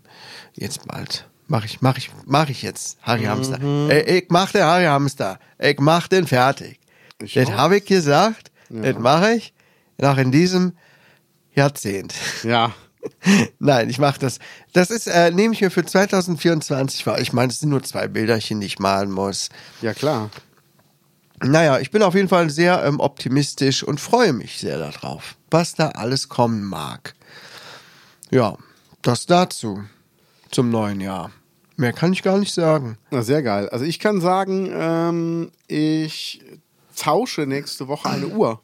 Speaker 3: jetzt bald. Mache ich, mache ich, mache ich jetzt.
Speaker 4: Mhm.
Speaker 3: Harry Hamster. Äh, ich mache den Harry Hamster. Ich mache den fertig.
Speaker 4: Ich
Speaker 3: das
Speaker 4: auch.
Speaker 3: habe ich gesagt. Das mache ich noch in diesem Jahrzehnt.
Speaker 4: Ja.
Speaker 3: Nein, ich mache das. Das ist, äh, nehme ich mir für 2024 vor. Ich meine, es sind nur zwei Bilderchen, die ich malen muss.
Speaker 4: Ja, klar.
Speaker 3: Naja, ich bin auf jeden Fall sehr ähm, optimistisch und freue mich sehr darauf, was da alles kommen mag. Ja, das dazu zum neuen Jahr. Mehr kann ich gar nicht sagen.
Speaker 4: Na, sehr geil. Also ich kann sagen, ähm, ich tausche nächste Woche eine Uhr.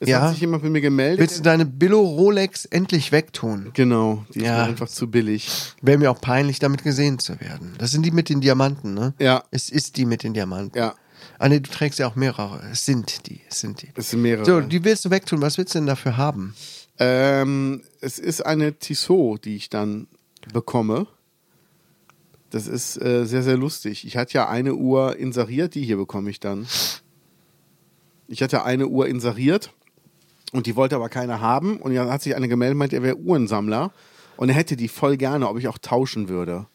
Speaker 4: Es
Speaker 3: Ja.
Speaker 4: hat sich jemand mit mir gemeldet.
Speaker 3: Willst du deine Billo Rolex endlich wegtun?
Speaker 4: Genau, die ist
Speaker 3: Ja.
Speaker 4: mir einfach zu billig.
Speaker 3: Wäre mir auch peinlich, damit gesehen zu werden. Das sind die mit den Diamanten, ne?
Speaker 4: Ja.
Speaker 3: Es ist die mit den Diamanten.
Speaker 4: Ja.
Speaker 3: Ah, nee, du trägst ja auch mehrere. Es sind die, es sind die.
Speaker 4: Es sind mehrere.
Speaker 3: So, die willst du wegtun. Was willst du denn dafür haben?
Speaker 4: Ähm, es ist eine Tissot, die ich dann bekomme. Das ist äh, sehr, sehr lustig. Ich hatte ja eine Uhr inseriert, die hier bekomme ich dann. Ich hatte eine Uhr inseriert und die wollte aber keine haben. Und dann hat sich eine gemeldet, meint, er wäre Uhrensammler und er hätte die voll gerne, ob ich auch tauschen würde.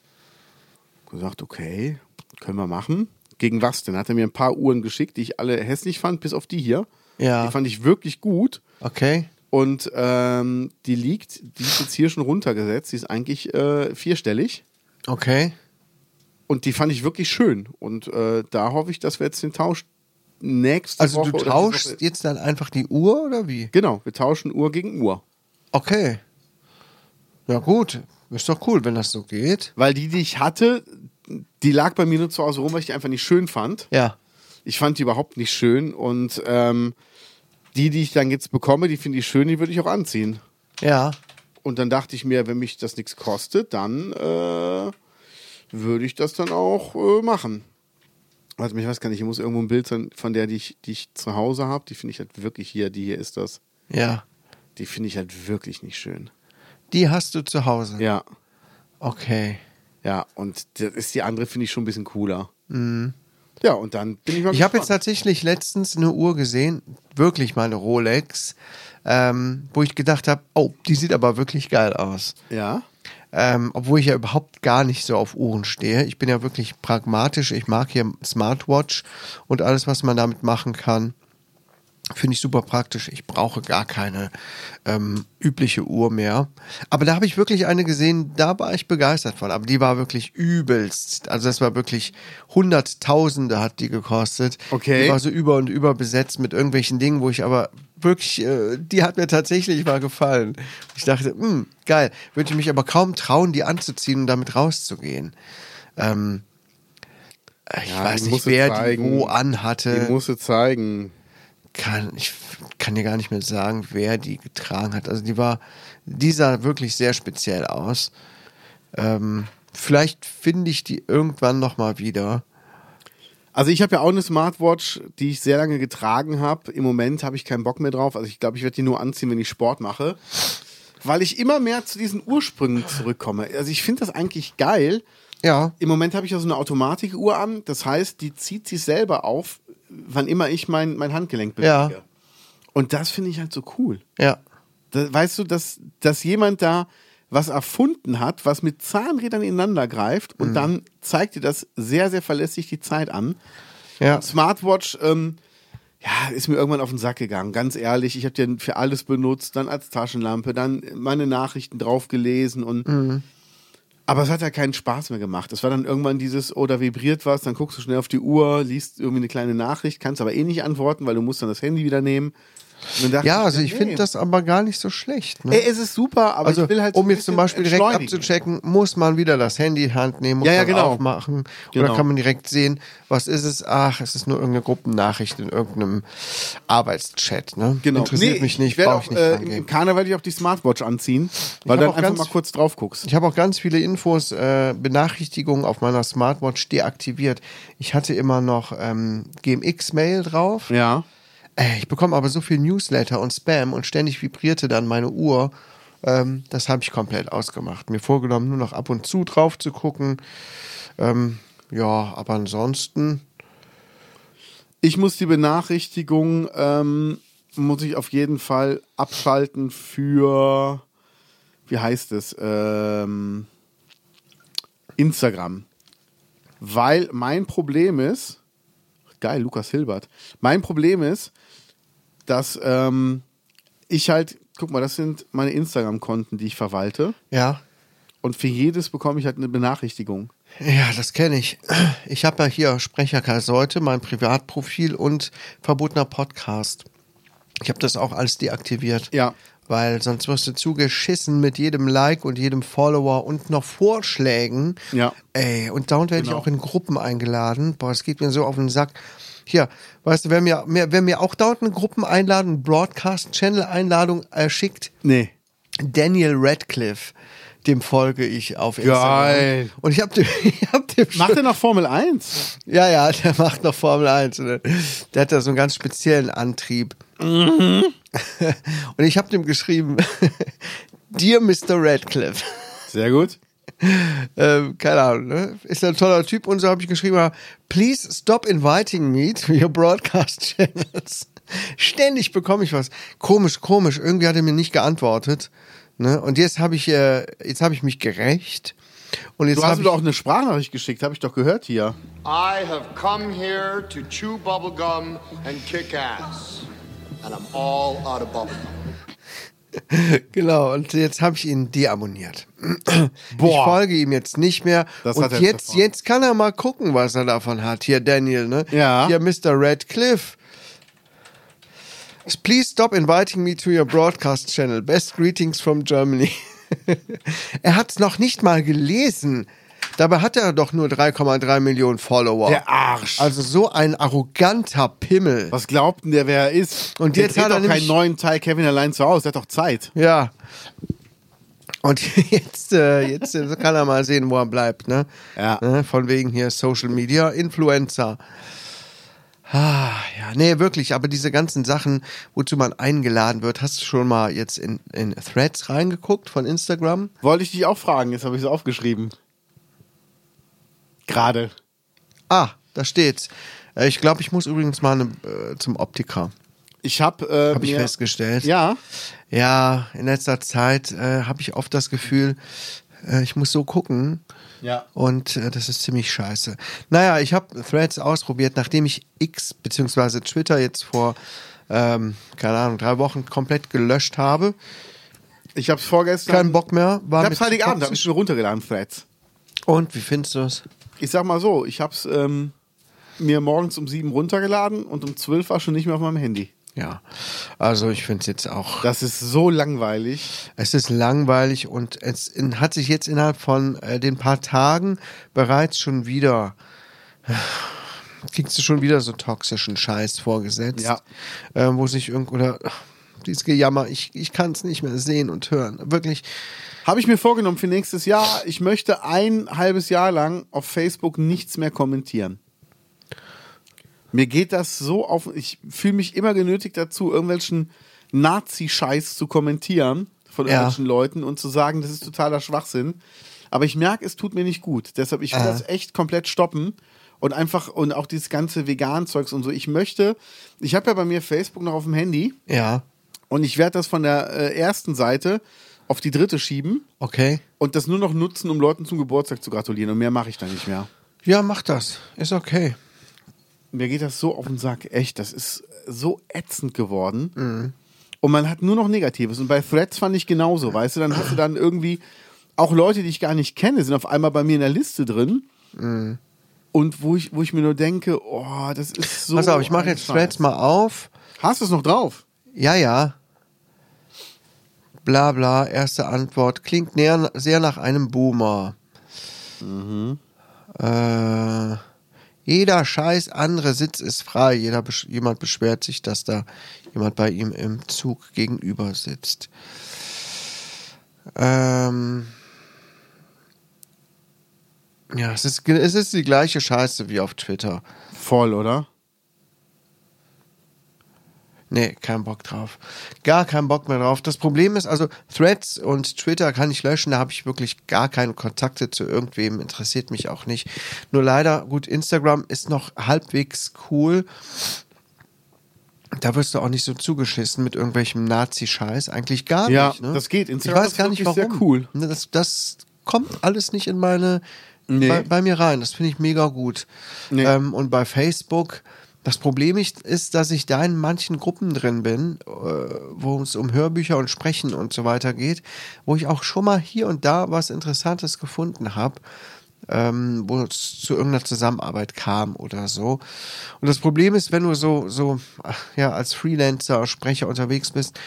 Speaker 4: Gesagt, okay, können wir machen. Gegen was denn? Hat er mir ein paar Uhren geschickt, die ich alle hässlich fand, bis auf die hier.
Speaker 3: Ja.
Speaker 4: Die fand ich wirklich gut.
Speaker 3: Okay.
Speaker 4: Und ähm, die liegt, die ist jetzt hier schon runtergesetzt, die ist eigentlich äh, vierstellig.
Speaker 3: Okay.
Speaker 4: Und die fand ich wirklich schön. Und äh, da hoffe ich, dass wir jetzt den Tausch nächste
Speaker 3: Also
Speaker 4: Woche.
Speaker 3: du
Speaker 4: oder diese
Speaker 3: tauschst
Speaker 4: Woche-
Speaker 3: jetzt dann einfach die Uhr oder wie?
Speaker 4: Genau, wir tauschen Uhr gegen Uhr.
Speaker 3: Okay. Ja gut, ist doch cool, wenn das so geht.
Speaker 4: Weil die, die ich hatte, die lag bei mir nur zu Hause rum, weil ich die einfach nicht schön fand.
Speaker 3: Ja.
Speaker 4: Ich fand die überhaupt nicht schön. Und ähm, die, die ich dann jetzt bekomme, die finde ich schön, die würde ich auch anziehen.
Speaker 3: Ja.
Speaker 4: Und dann dachte ich mir, wenn mich das nichts kostet, dann äh, würde ich das dann auch äh, machen. Warte mal, ich weiß gar nicht, hier muss irgendwo ein Bild sein von der, die ich, die ich zu Hause habe. Die finde ich halt wirklich hier, die hier ist das.
Speaker 3: Ja.
Speaker 4: Die finde ich halt wirklich nicht schön.
Speaker 3: Die hast du zu Hause.
Speaker 4: Ja,
Speaker 3: Okay.
Speaker 4: ja, und das ist die andere, finde ich schon ein bisschen cooler. Ja, und dann bin ich mal
Speaker 3: Mhm. Ich habe jetzt
Speaker 4: gespannt.
Speaker 3: tatsächlich letztens eine Uhr gesehen, wirklich mal eine Rolex, ähm, wo ich gedacht habe, oh, die sieht aber wirklich geil aus.
Speaker 4: Ja.
Speaker 3: Ähm, obwohl ich ja überhaupt gar nicht so auf Uhren stehe. Ich bin ja wirklich pragmatisch. Ich mag hier Smartwatch und alles, was man damit machen kann. Finde ich super praktisch. Ich brauche gar keine ähm, übliche Uhr mehr. Aber da habe ich wirklich eine gesehen, da war ich begeistert von. Aber die war wirklich übelst. Also das war wirklich Hunderttausende hat die gekostet.
Speaker 4: Okay.
Speaker 3: Die war so über und über besetzt mit irgendwelchen Dingen, wo ich aber wirklich, äh, die hat mir tatsächlich mal gefallen. Ich dachte, hm, geil. Würde ich mich aber kaum trauen, die anzuziehen und damit rauszugehen. Ähm, äh, ich
Speaker 4: Ja,
Speaker 3: weiß
Speaker 4: die
Speaker 3: nicht,
Speaker 4: musst du
Speaker 3: wer
Speaker 4: zeigen.
Speaker 3: die wo anhatte
Speaker 4: Die musst du zeigen.
Speaker 3: kann, ich kann dir gar nicht mehr sagen, wer die getragen hat. Also die war, die sah wirklich sehr speziell aus. Ähm, vielleicht finde ich die irgendwann nochmal wieder.
Speaker 4: Also ich habe ja auch eine Smartwatch, die ich sehr lange getragen habe. Im Moment habe ich keinen Bock mehr drauf. Also ich glaube, ich werde die nur anziehen, wenn ich Sport mache. Weil ich immer mehr zu diesen Ursprüngen zurückkomme. Also ich finde das eigentlich geil.
Speaker 3: Ja.
Speaker 4: Im Moment habe ich ja so eine Automatikuhr an. Das heißt, die zieht sich selber auf, wann immer ich mein, mein Handgelenk bewege.
Speaker 3: Ja.
Speaker 4: Und das finde ich halt so cool.
Speaker 3: Ja.
Speaker 4: Da, weißt du, dass, dass jemand da was erfunden hat, was mit Zahnrädern ineinander greift und dann zeigt dir das sehr, sehr verlässlich die Zeit an.
Speaker 3: Ja.
Speaker 4: Smartwatch, ähm, ja, ist mir irgendwann auf den Sack gegangen, ganz ehrlich. Ich habe den für alles benutzt, dann als Taschenlampe, dann meine Nachrichten drauf gelesen und.
Speaker 3: Mhm.
Speaker 4: Aber es hat ja keinen Spaß mehr gemacht. Es war dann irgendwann dieses, oh, da vibriert was, dann guckst du schnell auf die Uhr, liest irgendwie eine kleine Nachricht, kannst aber eh nicht antworten, weil du musst dann das Handy wieder nehmen. Und dann dachte
Speaker 3: Ja, also ich
Speaker 4: nee.
Speaker 3: finde das aber gar nicht so schlecht. Ne?
Speaker 4: Ey, es ist super, aber
Speaker 3: also,
Speaker 4: ich will halt. so
Speaker 3: um
Speaker 4: ein
Speaker 3: jetzt zum
Speaker 4: bisschen
Speaker 3: Beispiel direkt
Speaker 4: entschleunigen.
Speaker 3: abzuchecken, muss man wieder das Handy in die Hand nehmen, muss
Speaker 4: Ja, ja,
Speaker 3: man
Speaker 4: genau.
Speaker 3: aufmachen.
Speaker 4: Genau.
Speaker 3: Oder kann man direkt sehen, was ist es? Ach, es ist nur irgendeine Gruppennachricht in irgendeinem Arbeitschat. Ne?
Speaker 4: Genau.
Speaker 3: Interessiert
Speaker 4: Nee,
Speaker 3: mich nicht,
Speaker 4: werd
Speaker 3: brauche
Speaker 4: auch,
Speaker 3: ich nicht
Speaker 4: äh,
Speaker 3: angehen.
Speaker 4: Im Karneval werde ich auch die Smartwatch anziehen, weil
Speaker 3: hab
Speaker 4: dann
Speaker 3: auch
Speaker 4: einfach
Speaker 3: ganz-
Speaker 4: mal kurz drauf guckst.
Speaker 3: Ich habe auch ganz viele Infos, äh, Benachrichtigungen auf meiner Smartwatch deaktiviert. Ich hatte immer noch ähm, GMX-Mail drauf.
Speaker 4: Ja.
Speaker 3: Äh, ich bekomme aber so viel Newsletter und Spam und ständig vibrierte dann meine Uhr. Ähm, das habe ich komplett ausgemacht. Mir vorgenommen, nur noch ab und zu drauf zu gucken. Ähm, ja, aber ansonsten.
Speaker 4: Ich muss die Benachrichtigung, ähm, muss ich auf jeden Fall abschalten für, wie heißt es, ähm, Instagram. Weil mein Problem ist, geil, Lukas Hilbert, mein Problem ist, dass ähm, ich halt, guck mal, das sind meine Instagram-Konten, die ich verwalte.
Speaker 3: Ja.
Speaker 4: Und für jedes bekomme ich halt eine Benachrichtigung.
Speaker 3: Ja, das kenne ich. Ich habe ja hier Sprecher Kaiseute, mein Privatprofil und verbotener Podcast. Ich habe das auch alles deaktiviert.
Speaker 4: Ja.
Speaker 3: Weil sonst wirst du zugeschissen mit jedem Like und jedem Follower und noch Vorschlägen.
Speaker 4: Ja.
Speaker 3: Ey, und dauernd werde
Speaker 4: Genau.
Speaker 3: ich auch in Gruppen eingeladen. Boah, es geht mir so auf den Sack. Hier, weißt du, wer mir, mir, wer mir auch dauernd eine Gruppeneinladung, Broadcast-Channel-Einladung äh, schickt,
Speaker 4: Nee.
Speaker 3: Daniel Radcliffe, dem folge ich auf
Speaker 4: Geil.
Speaker 3: Und ich habe dem, ich hab dem schon-
Speaker 4: Macht er noch Formel 1?
Speaker 3: ja, ja, der macht noch Formel 1. Ne? Der hat da so einen ganz speziellen Antrieb. Und ich habe dem geschrieben, Dear Mr. Radcliffe.
Speaker 4: Sehr gut.
Speaker 3: Ähm, keine Ahnung, ne? Ist ein toller Typ und so habe ich geschrieben, please stop inviting me to your broadcast channels. Ständig bekomme ich was. Komisch, komisch. Irgendwie hat er mir nicht geantwortet. Ne? Und jetzt habe ich, äh, jetzt habe ich mich gerecht. Und jetzt
Speaker 4: Du hast
Speaker 3: habe
Speaker 4: mir
Speaker 3: ich
Speaker 4: doch auch eine Sprachnachricht geschickt, habe ich doch gehört hier.
Speaker 5: I have come here to chew bubblegum and kick ass. And I'm all out of bubblegum.
Speaker 3: Genau, und jetzt habe ich ihn deabonniert.
Speaker 4: Boah.
Speaker 3: Ich folge ihm jetzt nicht mehr.
Speaker 4: Das
Speaker 3: und
Speaker 4: hat er
Speaker 3: jetzt,
Speaker 4: davon.
Speaker 3: jetzt kann er mal gucken, was er davon hat. Hier, Daniel, ne?
Speaker 4: Ja.
Speaker 3: Hier, Mr. Radcliffe. Please stop inviting me to your broadcast channel. Best greetings from Germany. er hat es noch nicht mal gelesen. Dabei hat er doch nur 3,3 Millionen Follower.
Speaker 4: Der Arsch.
Speaker 3: Also so ein arroganter Pimmel.
Speaker 4: Was glaubt denn der, wer er ist?
Speaker 3: Und
Speaker 4: der
Speaker 3: jetzt
Speaker 4: dreht
Speaker 3: hat er
Speaker 4: doch keinen
Speaker 3: nämlich-
Speaker 4: neuen Teil Kevin allein zu Hause, der hat doch Zeit.
Speaker 3: Ja. Und jetzt, äh, jetzt äh, kann er mal sehen, wo er bleibt, ne?
Speaker 4: Ja.
Speaker 3: Ne? Von wegen hier Social Media Influencer. Ah, ja, nee, wirklich, aber diese ganzen Sachen, wozu man eingeladen wird, hast du schon mal jetzt in, in Threads reingeguckt von Instagram?
Speaker 4: Wollte ich dich auch fragen, jetzt habe ich es aufgeschrieben. Gerade.
Speaker 3: Ah, da steht's. Äh, Ich glaube, ich muss übrigens mal ne, äh, zum Optiker.
Speaker 4: Ich habe äh,
Speaker 3: Habe ich
Speaker 4: mir-
Speaker 3: festgestellt.
Speaker 4: Ja,
Speaker 3: Ja, in letzter Zeit äh, habe ich oft das Gefühl, äh, ich muss so gucken.
Speaker 4: Ja.
Speaker 3: Und äh, das ist ziemlich scheiße. Naja, ich habe Threads ausprobiert, nachdem ich X bzw. Twitter jetzt vor, ähm, keine Ahnung, drei Wochen komplett gelöscht habe.
Speaker 4: ich habe es vorgestern.
Speaker 3: Keinen Bock mehr.
Speaker 4: Ich
Speaker 3: War
Speaker 4: habe
Speaker 3: mit
Speaker 4: Heiligabend, habe ich
Speaker 3: toxisch-
Speaker 4: schon runtergeladen, Threads.
Speaker 3: Und wie findest du es?
Speaker 4: Ich sag mal so, ich habe es ähm, mir morgens um sieben runtergeladen und um zwölf war schon nicht mehr auf meinem Handy.
Speaker 3: Ja, also ich finde es jetzt auch.
Speaker 4: Das ist so langweilig.
Speaker 3: Es ist langweilig und es in, hat sich jetzt innerhalb von äh, den paar Tagen bereits schon wieder äh, kriegst du schon wieder so toxischen Scheiß vorgesetzt,
Speaker 4: Ja.
Speaker 3: äh, wo sich irgend oder ach, dieses Gejammer, ich, ich kann es nicht mehr sehen und hören. Wirklich,
Speaker 4: Habe ich mir vorgenommen für nächstes Jahr, ich möchte ein halbes Jahr lang auf Facebook nichts mehr kommentieren. Mir geht das so auf, ich fühle mich immer genötigt dazu, irgendwelchen Nazi-Scheiß zu kommentieren von
Speaker 3: Ja.
Speaker 4: irgendwelchen Leuten und zu sagen, das ist totaler Schwachsinn. Aber ich merke, es tut mir nicht gut. Deshalb, ich will das echt komplett stoppen und einfach, und auch dieses ganze Vegan-Zeugs und so. Ich möchte, ich habe ja bei mir Facebook noch auf dem Handy.
Speaker 3: ja,
Speaker 4: Und ich werde das von der äh, ersten Seite auf die dritte schieben
Speaker 3: okay.
Speaker 4: und das nur noch nutzen, um Leuten zum Geburtstag zu gratulieren. Und mehr mache ich da nicht mehr.
Speaker 3: Ja, mach das. Ist okay.
Speaker 4: Mir geht das so auf den Sack. Echt, das ist so ätzend geworden. Und man hat nur noch Negatives. Und bei Threads fand ich genauso, weißt du? Dann hast du dann irgendwie auch Leute, die ich gar nicht kenne, sind auf einmal bei mir in der Liste drin. Und wo ich, wo ich mir nur denke, oh, das ist so.
Speaker 3: Pass auf, ich mache
Speaker 4: ein
Speaker 3: jetzt
Speaker 4: Scheiß.
Speaker 3: Threads mal auf.
Speaker 4: Hast du es noch drauf?
Speaker 3: Ja, ja. Bla bla, erste Antwort. Klingt näher, sehr nach einem Boomer. Äh, jeder scheiß andere Sitz ist frei. Jeder, besch- jemand beschwert sich, dass da jemand bei ihm im Zug gegenüber sitzt. Ähm, ja, es ist, ge- es ist die gleiche Scheiße wie auf Twitter.
Speaker 4: Voll, oder?
Speaker 3: Nee, kein Bock drauf. Gar kein Bock mehr drauf. Das Problem ist also, Threads und Twitter kann ich löschen, da habe ich wirklich gar keine Kontakte zu irgendwem, interessiert mich auch nicht. Nur leider, gut, Instagram ist noch halbwegs cool. Da wirst du auch nicht so zugeschissen mit irgendwelchem Nazi-Scheiß. Eigentlich gar
Speaker 4: Ja,
Speaker 3: nicht. Ne?
Speaker 4: das geht.
Speaker 3: Ich
Speaker 4: Instagram
Speaker 3: weiß
Speaker 4: ist
Speaker 3: gar nicht,
Speaker 4: wirklich sehr
Speaker 3: warum.
Speaker 4: cool.
Speaker 3: Ne, Das, das kommt alles nicht in meine.
Speaker 4: Nee.
Speaker 3: Bei, bei mir rein. Das finde ich mega gut.
Speaker 4: Nee.
Speaker 3: Ähm, und bei Facebook, das Problem ich- ist, dass ich da in manchen Gruppen drin bin, äh, wo es um Hörbücher und Sprechen und so weiter geht, wo ich auch schon mal hier und da was Interessantes gefunden habe. Ähm, wo es zu irgendeiner Zusammenarbeit kam oder so. Und das Problem ist, wenn du so, so ach, ja, als Freelancer, Sprecher unterwegs bist,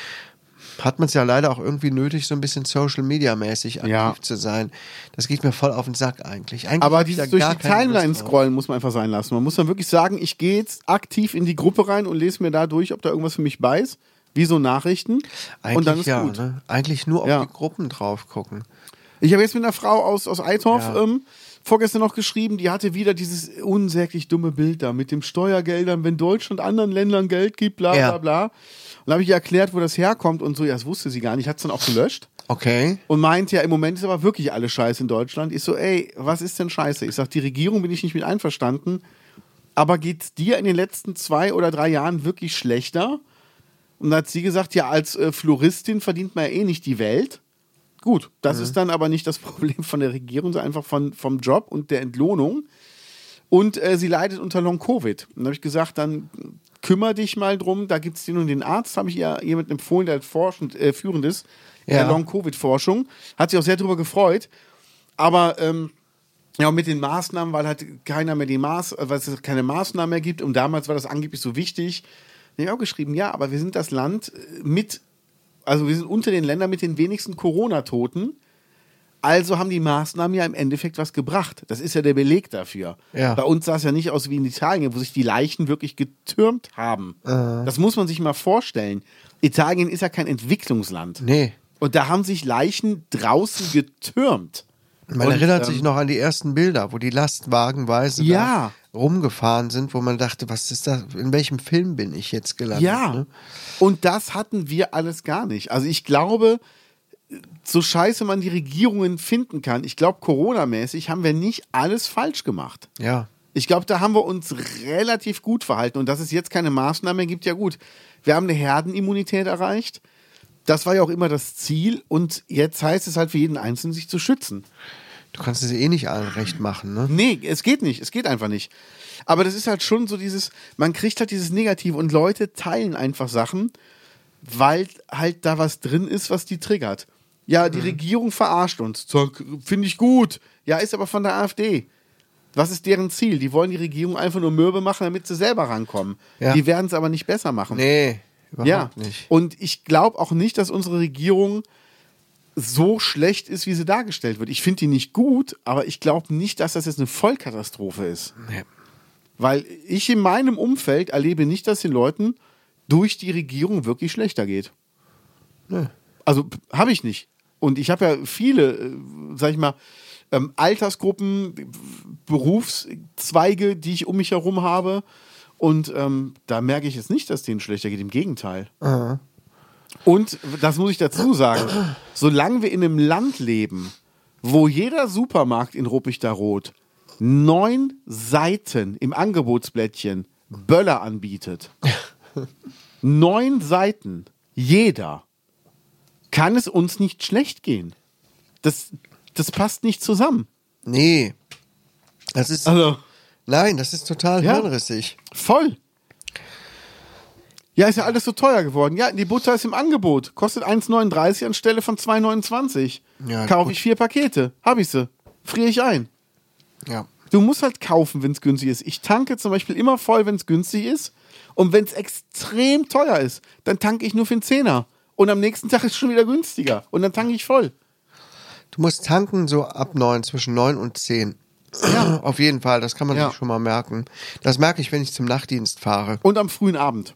Speaker 3: hat man es ja leider auch irgendwie nötig, so ein bisschen Social Media mäßig aktiv
Speaker 4: Ja.
Speaker 3: zu sein. Das geht mir voll auf den Sack eigentlich. eigentlich
Speaker 4: Aber
Speaker 3: hab ich
Speaker 4: dieses
Speaker 3: da
Speaker 4: durch
Speaker 3: gar
Speaker 4: die
Speaker 3: keine Lust
Speaker 4: Timeline
Speaker 3: drauf.
Speaker 4: scrollen muss man einfach sein lassen. Man muss dann wirklich sagen, ich gehe jetzt aktiv in die Gruppe rein und lese mir da durch, ob da irgendwas für mich bei ist. Wie so Nachrichten.
Speaker 3: Eigentlich
Speaker 4: und dann ist
Speaker 3: ja,
Speaker 4: gut.
Speaker 3: Ne? Eigentlich nur auf
Speaker 4: Ja.
Speaker 3: die Gruppen drauf gucken.
Speaker 4: Ich habe jetzt mit einer Frau aus, aus Eitorf
Speaker 3: Ja.
Speaker 4: ähm, vorgestern noch geschrieben, die hatte wieder dieses unsäglich dumme Bild da mit dem Steuergeldern, wenn Deutschland anderen Ländern Geld gibt, bla
Speaker 3: Ja.
Speaker 4: bla bla. Und da habe ich ihr erklärt, wo das herkommt und so. Ja, das wusste sie gar nicht. Hat es dann auch gelöscht.
Speaker 3: Okay.
Speaker 4: Und meint, ja, im Moment ist aber wirklich alles scheiße in Deutschland. Ich so, ey, was ist denn scheiße? Ich sag, die Regierung bin ich nicht mit einverstanden. Aber geht's dir in den letzten zwei oder drei Jahren wirklich schlechter? Und dann hat sie gesagt, ja, als äh, Floristin verdient man ja eh nicht die Welt. Gut, das ist dann aber nicht das Problem von der Regierung, sondern einfach von, vom Job und der Entlohnung. Und äh, sie leidet unter Long-Covid. Und da habe ich gesagt, dann kümmere dich mal drum. Da gibt's den und den Arzt, habe ich ihr jemanden empfohlen, der forschend, äh, führend ist, in
Speaker 3: Ja.
Speaker 4: der Long-Covid-Forschung. Hat sich auch sehr darüber gefreut. Aber ähm, ja, und mit den Maßnahmen, weil halt keiner mehr die Maß, äh, weil es keine Maßnahmen mehr gibt. Und damals war das angeblich so wichtig. Da habe ich auch geschrieben, ja, aber wir sind das Land äh, mit, also wir sind unter den Ländern mit den wenigsten Corona-Toten. Also haben die Maßnahmen ja im Endeffekt was gebracht. Das ist ja der Beleg dafür.
Speaker 3: Ja.
Speaker 4: Bei uns sah es ja nicht aus wie in Italien, wo sich die Leichen wirklich getürmt haben.
Speaker 3: Äh.
Speaker 4: Das muss man sich mal vorstellen. Italien ist ja kein Entwicklungsland.
Speaker 3: Nee.
Speaker 4: Und da haben sich Leichen draußen getürmt.
Speaker 3: Man
Speaker 4: Und,
Speaker 3: erinnert
Speaker 4: ähm,
Speaker 3: sich noch an die ersten Bilder, wo die Lastwagenweise
Speaker 4: Ja.
Speaker 3: da rumgefahren sind, wo man dachte, was ist das? In welchem Film bin ich jetzt gelandet?
Speaker 4: Ja.
Speaker 3: Ne?
Speaker 4: Und das hatten wir alles gar nicht. Also ich glaube, so scheiße man die Regierungen finden kann, ich glaube, Corona-mäßig haben wir nicht alles falsch gemacht.
Speaker 3: Ja.
Speaker 4: Ich glaube, da haben wir uns relativ gut verhalten. Und dass es jetzt keine Maßnahmen mehr gibt, ja gut. Wir haben eine Herdenimmunität erreicht. Das war ja auch immer das Ziel. Und jetzt heißt es halt für jeden Einzelnen, sich zu schützen.
Speaker 3: Du kannst es eh nicht allen recht machen, ne?
Speaker 4: Nee, es geht nicht. Es geht einfach nicht. Aber das ist halt schon so dieses, man kriegt halt dieses Negative und Leute teilen einfach Sachen, weil halt da was drin ist, was die triggert. Ja,
Speaker 3: Mhm.
Speaker 4: die Regierung verarscht uns. Zack, Finde ich gut. Ja, ist aber von der AfD. Was ist deren Ziel? Die wollen die Regierung einfach nur mürbe machen, damit sie selber rankommen.
Speaker 3: Ja.
Speaker 4: Die werden es aber nicht besser machen.
Speaker 3: Nee, überhaupt
Speaker 4: ja.
Speaker 3: nicht.
Speaker 4: Und ich glaube auch nicht, dass unsere Regierung so schlecht ist, wie sie dargestellt wird. Ich finde die nicht gut, aber ich glaube nicht, dass das jetzt eine Vollkatastrophe ist.
Speaker 3: Nee.
Speaker 4: Weil ich in meinem Umfeld erlebe nicht, dass den Leuten durch die Regierung wirklich schlechter geht. Also habe ich nicht. Und ich habe ja viele, äh, sag ich mal, ähm, Altersgruppen, b- Berufszweige, die ich um mich herum habe. Und ähm, da merke ich jetzt nicht, dass denen schlechter geht. Im Gegenteil. Und das muss ich dazu sagen: solange wir in einem Land leben, wo jeder Supermarkt in Ruppichteroth Rot neun Seiten im Angebotsblättchen Böller anbietet, neun Seiten, jeder, kann es uns nicht schlecht gehen. Das, das passt nicht zusammen.
Speaker 3: Nee. Das ist.
Speaker 4: Also,
Speaker 3: Nein, das ist total
Speaker 4: Ja.
Speaker 3: hirnrissig.
Speaker 4: voll. Ja, ist ja alles so teuer geworden. Ja, die Butter ist im Angebot. Kostet 1,39 anstelle von 2,29.
Speaker 3: Ja,
Speaker 4: Kaufe
Speaker 3: gut.
Speaker 4: ich vier Pakete. Hab ich sie. Friere ich ein.
Speaker 3: Ja.
Speaker 4: Du musst halt kaufen, wenn es günstig ist. Ich tanke zum Beispiel immer voll, wenn es günstig ist. Und wenn es extrem teuer ist, dann tanke ich nur für einen Zehner. Und am nächsten Tag ist es schon wieder günstiger. Und dann tanke ich voll.
Speaker 3: Du musst tanken so ab neun, zwischen neun und zehn. Ja. Auf jeden Fall, das kann man
Speaker 4: Ja.
Speaker 3: sich schon mal merken. Das merke ich, wenn ich zum Nachtdienst fahre.
Speaker 4: Und am frühen Abend.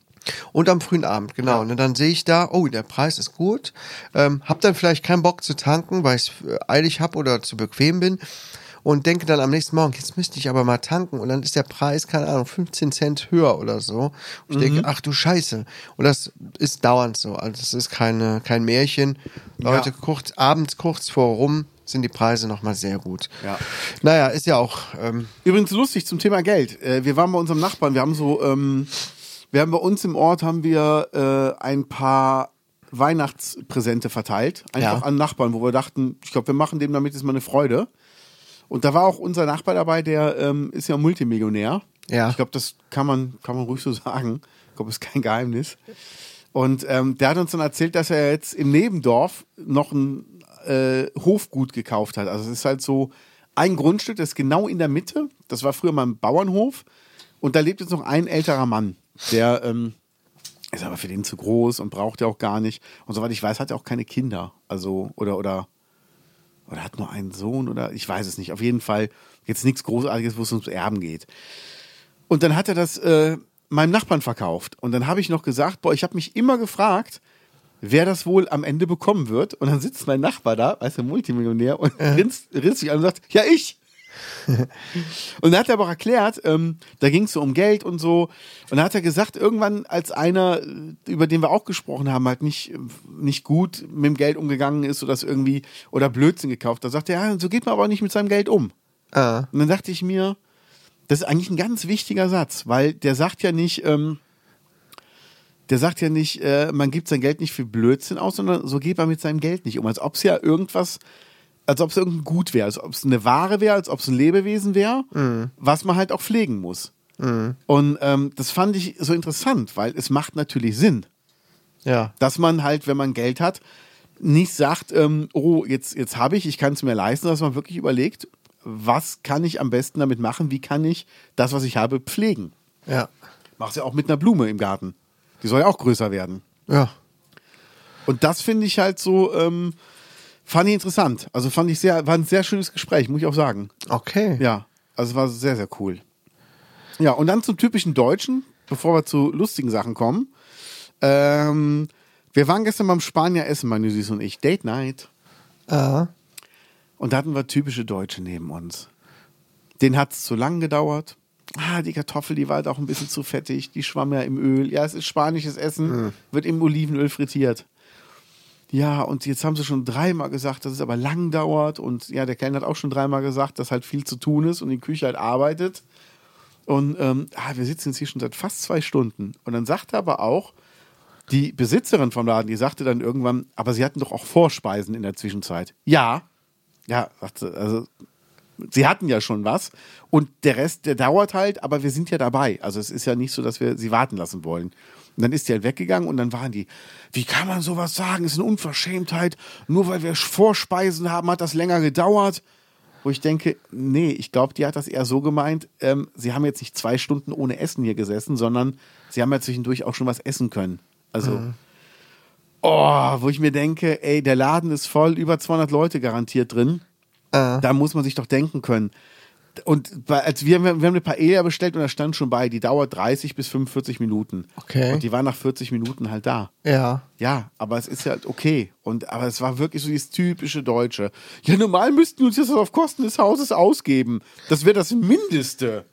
Speaker 3: Und am frühen Abend, genau. Und dann sehe ich da, oh, der Preis ist gut. Ähm, hab dann vielleicht keinen Bock zu tanken, weil ich eilig habe oder zu bequem bin. Und denke dann am nächsten Morgen, jetzt müsste ich aber mal tanken. Und dann ist der Preis, keine Ahnung, 15 Cent höher oder so. Und ich denke, ach du Scheiße. Und das ist dauernd so. Also das ist keine, kein Märchen. Leute, kurz, abends kurz vor rum sind die Preise nochmal sehr gut.
Speaker 4: Ja.
Speaker 3: Naja, ist ja auch, ähm,
Speaker 4: Übrigens lustig zum Thema Geld. Äh, wir waren bei unserem Nachbarn. Wir haben so, ähm, wir haben bei uns im Ort haben wir äh, ein paar Weihnachtspräsente verteilt, einfach
Speaker 3: Ja.
Speaker 4: an Nachbarn, wo wir dachten, ich glaube, wir machen dem damit jetzt mal eine Freude. Und da war auch unser Nachbar dabei, der ähm, ist ja Multimillionär.
Speaker 3: Ja.
Speaker 4: Ich glaube, das kann man, kann man ruhig so sagen. Ich glaube, ist kein Geheimnis. Und ähm, der hat uns dann erzählt, dass er jetzt im Nebendorf noch ein äh, Hofgut gekauft hat. Also es ist halt so ein Grundstück, das ist genau in der Mitte. Das war früher mal ein Bauernhof. Und da lebt jetzt noch ein älterer Mann, der ähm, ist aber für den zu groß und braucht ja auch gar nicht. Und soweit ich weiß, hat er auch keine Kinder. Also, oder, oder, oder hat nur einen Sohn oder ich weiß es nicht. Auf jeden Fall jetzt nichts Großartiges, wo es ums Erben geht. Und dann hat er das äh, meinem Nachbarn verkauft. Und dann habe ich noch gesagt, boah, ich habe mich immer gefragt, wer das wohl am Ende bekommen wird. Und dann sitzt mein Nachbar da, weißt du, Multimillionär, und grinst, grinst sich an und sagt, ja, ich. und dann hat er aber auch erklärt, ähm, da ging es so um Geld und so. Und dann hat er gesagt, irgendwann, als einer, äh, über den wir auch gesprochen haben, halt nicht, äh, nicht gut mit dem Geld umgegangen ist oder das irgendwie oder Blödsinn gekauft, da sagt er, ja, so geht man aber nicht mit seinem Geld um.
Speaker 3: Ah.
Speaker 4: Und dann dachte ich mir, das ist eigentlich ein ganz wichtiger Satz, weil der sagt ja nicht, ähm, der sagt ja nicht, äh, man gibt sein Geld nicht für Blödsinn aus, sondern so geht man mit seinem Geld nicht um. Als ob es ja irgendwas, als ob es irgendein Gut wäre, als ob es eine Ware wäre, als ob es ein Lebewesen wäre, was man halt auch pflegen muss. Und ähm, das fand ich so interessant, weil es macht natürlich Sinn
Speaker 3: ja.
Speaker 4: dass man halt, wenn man Geld hat, nicht sagt, ähm, oh, jetzt, jetzt habe ich, ich kann es mir leisten, dass man wirklich überlegt, was kann ich am besten damit machen, wie kann ich das, was ich habe, pflegen.
Speaker 3: Ja.
Speaker 4: Mach's ja auch mit einer Blume im Garten. Die soll ja auch größer werden.
Speaker 3: Ja.
Speaker 4: Und das finde ich halt so, ähm, fand ich interessant. Also fand ich sehr, war ein sehr schönes Gespräch, muss ich auch sagen.
Speaker 3: Okay.
Speaker 4: Ja, also es war sehr, sehr cool. Ja, und dann zum typischen Deutschen, bevor wir zu lustigen Sachen kommen. Ähm, wir waren gestern beim Spanier essen, meine Süß und ich, Date Night.
Speaker 3: Ah.
Speaker 4: Und da hatten wir typische Deutsche neben uns. Den hat es zu lang gedauert. Ah, die Kartoffel, die war halt auch ein bisschen zu fettig. Die schwamm ja im Öl. Ja, es ist spanisches Essen, wird im Olivenöl frittiert. Ja, und jetzt haben sie schon dreimal gesagt, dass es aber lang dauert. Und ja, der Kleine hat auch schon dreimal gesagt, dass halt viel zu tun ist und die Küche halt arbeitet. Und ähm, ah, wir sitzen jetzt hier schon seit fast zwei Stunden. Und dann sagte aber auch die Besitzerin vom Laden, die sagte dann irgendwann, aber sie hatten doch auch Vorspeisen in der Zwischenzeit. Ja. Ja, sagte, also sie hatten ja schon was. Und der Rest, der dauert halt, aber wir sind ja dabei. Also es ist ja nicht so, dass wir sie warten lassen wollen. Und dann ist die halt weggegangen und dann waren die, wie kann man sowas sagen? Ist eine Unverschämtheit. Nur weil wir Vorspeisen haben, hat das länger gedauert. Wo ich denke, nee, ich glaube, die hat das eher so gemeint, ähm, sie haben jetzt nicht zwei Stunden ohne Essen hier gesessen, sondern sie haben ja zwischendurch auch schon was essen können. Also, oh, wo ich mir denke, ey, der Laden ist voll, über 200 Leute garantiert drin.
Speaker 3: Äh. Ah.
Speaker 4: Da muss man sich doch denken können. Und bei, als wir, wir haben eine Paella bestellt und da stand schon bei, die dauert 30 bis 45 Minuten.
Speaker 3: Okay.
Speaker 4: Und die war nach 40 Minuten halt da.
Speaker 3: Ja.
Speaker 4: Ja, aber es ist ja halt okay. Und, aber es war wirklich so dieses typische Deutsche. Ja, normal müssten wir uns das auf Kosten des Hauses ausgeben. Das wäre das Mindeste.